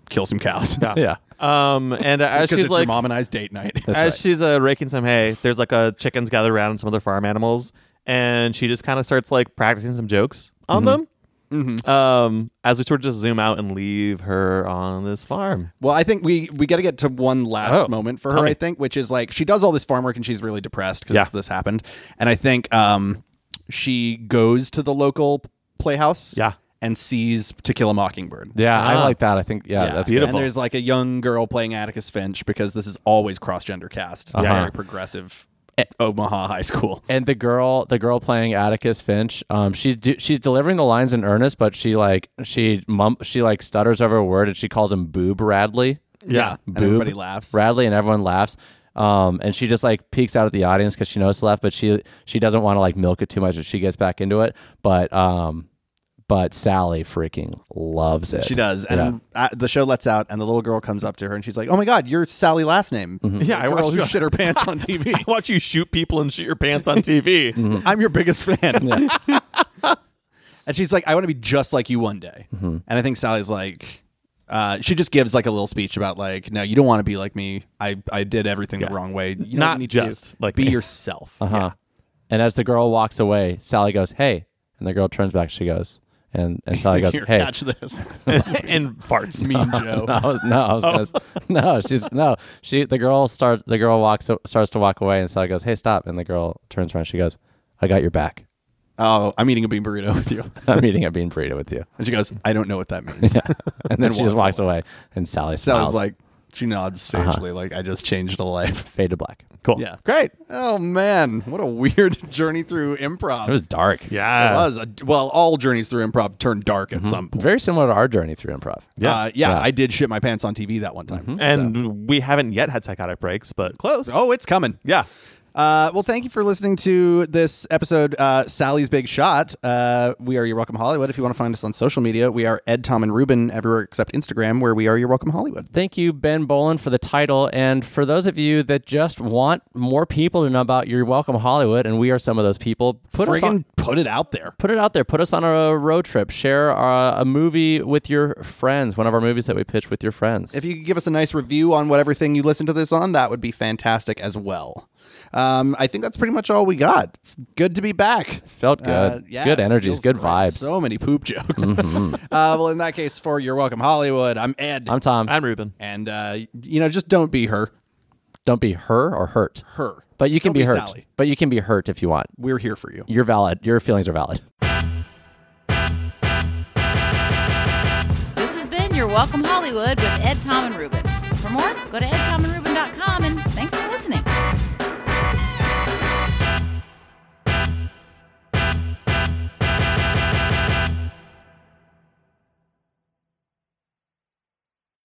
[SPEAKER 2] kill some cows. *laughs* Yeah,
[SPEAKER 3] Yeah.
[SPEAKER 4] Um, and as
[SPEAKER 2] because
[SPEAKER 4] she's
[SPEAKER 2] it's
[SPEAKER 4] like,
[SPEAKER 2] her mom and I's date night.
[SPEAKER 4] as she's uh, raking some hay, there's like a chickens gathered around and some other farm animals, and she just kind of starts like practicing some jokes on them.
[SPEAKER 2] Mm-hmm.
[SPEAKER 4] Um, as we sort of just zoom out and leave her on this farm.
[SPEAKER 2] well, I think we we got to get to one last
[SPEAKER 4] Oh,
[SPEAKER 2] moment for
[SPEAKER 4] tell
[SPEAKER 2] her.
[SPEAKER 4] me.
[SPEAKER 2] I think, which is like she does all this farm work and she's really depressed because
[SPEAKER 4] Yeah.
[SPEAKER 2] this happened, and I think um she goes to the local playhouse.
[SPEAKER 4] Yeah.
[SPEAKER 2] And sees To Kill a Mockingbird.
[SPEAKER 3] Yeah. I
[SPEAKER 4] Ah.
[SPEAKER 3] like that. I think. Yeah. that's good.
[SPEAKER 4] beautiful.
[SPEAKER 2] And there's like a young girl playing Atticus Finch because this is always cross gender cast. It's
[SPEAKER 3] Uh-huh.
[SPEAKER 2] very progressive Omaha high school.
[SPEAKER 3] and the girl the girl playing Atticus Finch um she's do, she's delivering the lines in earnest but she like she mum she like stutters over a word and she calls him boob Radley
[SPEAKER 2] Yeah. And
[SPEAKER 3] Boob
[SPEAKER 2] everybody laughs.
[SPEAKER 3] Radley and everyone laughs um and she just like peeks out at the audience cuz she knows it's left but she she doesn't want to like milk it too much as she gets back into it but um but Sally freaking loves it
[SPEAKER 2] She does, and uh, the show lets out, and the little girl comes up to her, and she's like, "Oh my god, you're Sally last name,
[SPEAKER 4] Mm-hmm. Yeah,
[SPEAKER 2] The
[SPEAKER 4] I
[SPEAKER 2] girl
[SPEAKER 4] watched
[SPEAKER 2] who
[SPEAKER 4] you-
[SPEAKER 2] shit her pants
[SPEAKER 4] *laughs*
[SPEAKER 2] on TV.
[SPEAKER 4] *laughs* I watch you shoot people and shoot your pants on TV.
[SPEAKER 2] I'm your biggest fan." *laughs* and she's like, "I want to be just like you one day," and I think Sally's like. Uh, she just gives like a little speech about like no you don't want to be like me I, I did everything the
[SPEAKER 4] Yeah.
[SPEAKER 2] wrong way you
[SPEAKER 4] Not
[SPEAKER 2] don't need
[SPEAKER 4] just
[SPEAKER 2] to
[SPEAKER 4] like
[SPEAKER 2] be
[SPEAKER 4] me."
[SPEAKER 2] yourself
[SPEAKER 3] uh-huh and as the girl walks away Sally goes hey and the girl turns back she goes and
[SPEAKER 2] *laughs*
[SPEAKER 3] and Sally goes
[SPEAKER 2] Here,
[SPEAKER 3] hey
[SPEAKER 2] catch this
[SPEAKER 4] *laughs*
[SPEAKER 2] *laughs*
[SPEAKER 4] and farts.
[SPEAKER 2] mean Joe
[SPEAKER 3] *laughs* I was, no, I was
[SPEAKER 2] *laughs*
[SPEAKER 3] gonna, s- no, she's no, she. The girl starts. The girl walks starts to walk away, and Sally goes, "Hey, stop!" And the girl turns around. She goes, "I got
[SPEAKER 2] *laughs*
[SPEAKER 3] your back.
[SPEAKER 2] oh I'm eating a bean burrito with you
[SPEAKER 3] I'm eating a bean burrito with you." *laughs*
[SPEAKER 2] and she goes I don't know what that means
[SPEAKER 3] And then
[SPEAKER 2] And
[SPEAKER 3] she just
[SPEAKER 2] walks
[SPEAKER 3] walks away, and Sally smiles.
[SPEAKER 2] *laughs* Sally's like she nods sagely like I just changed a life *laughs*
[SPEAKER 3] fade to black.
[SPEAKER 4] Cool.
[SPEAKER 2] Yeah.
[SPEAKER 4] Great.
[SPEAKER 2] Oh man, what a weird *laughs* journey through improv.
[SPEAKER 3] It was dark.
[SPEAKER 2] It
[SPEAKER 4] Yeah.
[SPEAKER 2] was a, well, all journeys through improv turn dark at some point.
[SPEAKER 3] Very similar to our journey through improv.
[SPEAKER 4] Yeah.
[SPEAKER 2] Uh, yeah,
[SPEAKER 3] Mm-hmm. Yeah. Mm-hmm.
[SPEAKER 2] I did shit my pants on TV that one time.
[SPEAKER 4] And
[SPEAKER 2] So-
[SPEAKER 4] we haven't yet had psychotic breaks, but close.
[SPEAKER 2] oh, it's coming.
[SPEAKER 4] yeah.
[SPEAKER 2] Uh, well, thank you for listening to this episode, uh, Sally's Big Shot. Uh, we are Your Welcome Hollywood. If you want to find us on social media, we are Ed, Tom, and Ruben everywhere except Instagram, where we are Your Welcome Hollywood.
[SPEAKER 3] Thank you, Ben Bolin, for the title. And for those of you that just want more people to know about your Welcome Hollywood, and we are some of those people, put us on,
[SPEAKER 2] Friggin' put it out there.
[SPEAKER 3] put it out there. Put us on a road trip. Share uh, a movie with your friends. One of our movies that we pitch with your friends.
[SPEAKER 2] If you could give us a nice review on whatever thing you listen to this on, that would be fantastic as well. Um, I think that's pretty much all we got. It's good to be back.
[SPEAKER 3] Felt good.
[SPEAKER 2] Uh, yeah,
[SPEAKER 3] good
[SPEAKER 2] it
[SPEAKER 3] energies.
[SPEAKER 2] feels
[SPEAKER 3] Good
[SPEAKER 2] great.
[SPEAKER 3] vibes. Mm-hmm.
[SPEAKER 2] So many poop *laughs* jokes. uh, well, in that case, for You're Welcome Hollywood, I'm Ed.
[SPEAKER 3] I'm Tom.
[SPEAKER 4] I'm Ruben.
[SPEAKER 2] and, uh, you know, just don't be her.
[SPEAKER 3] Don't be her or hurt.
[SPEAKER 2] Her.
[SPEAKER 3] But you can
[SPEAKER 2] Don't
[SPEAKER 3] be, hurt.
[SPEAKER 2] Sally.
[SPEAKER 3] But you can be hurt if you want.
[SPEAKER 2] We're here for you.
[SPEAKER 3] You're valid. Your feelings are valid.
[SPEAKER 1] This has been Your Welcome Hollywood with Ed, Tom, and Ruben. For more, go to edtomandruben.com and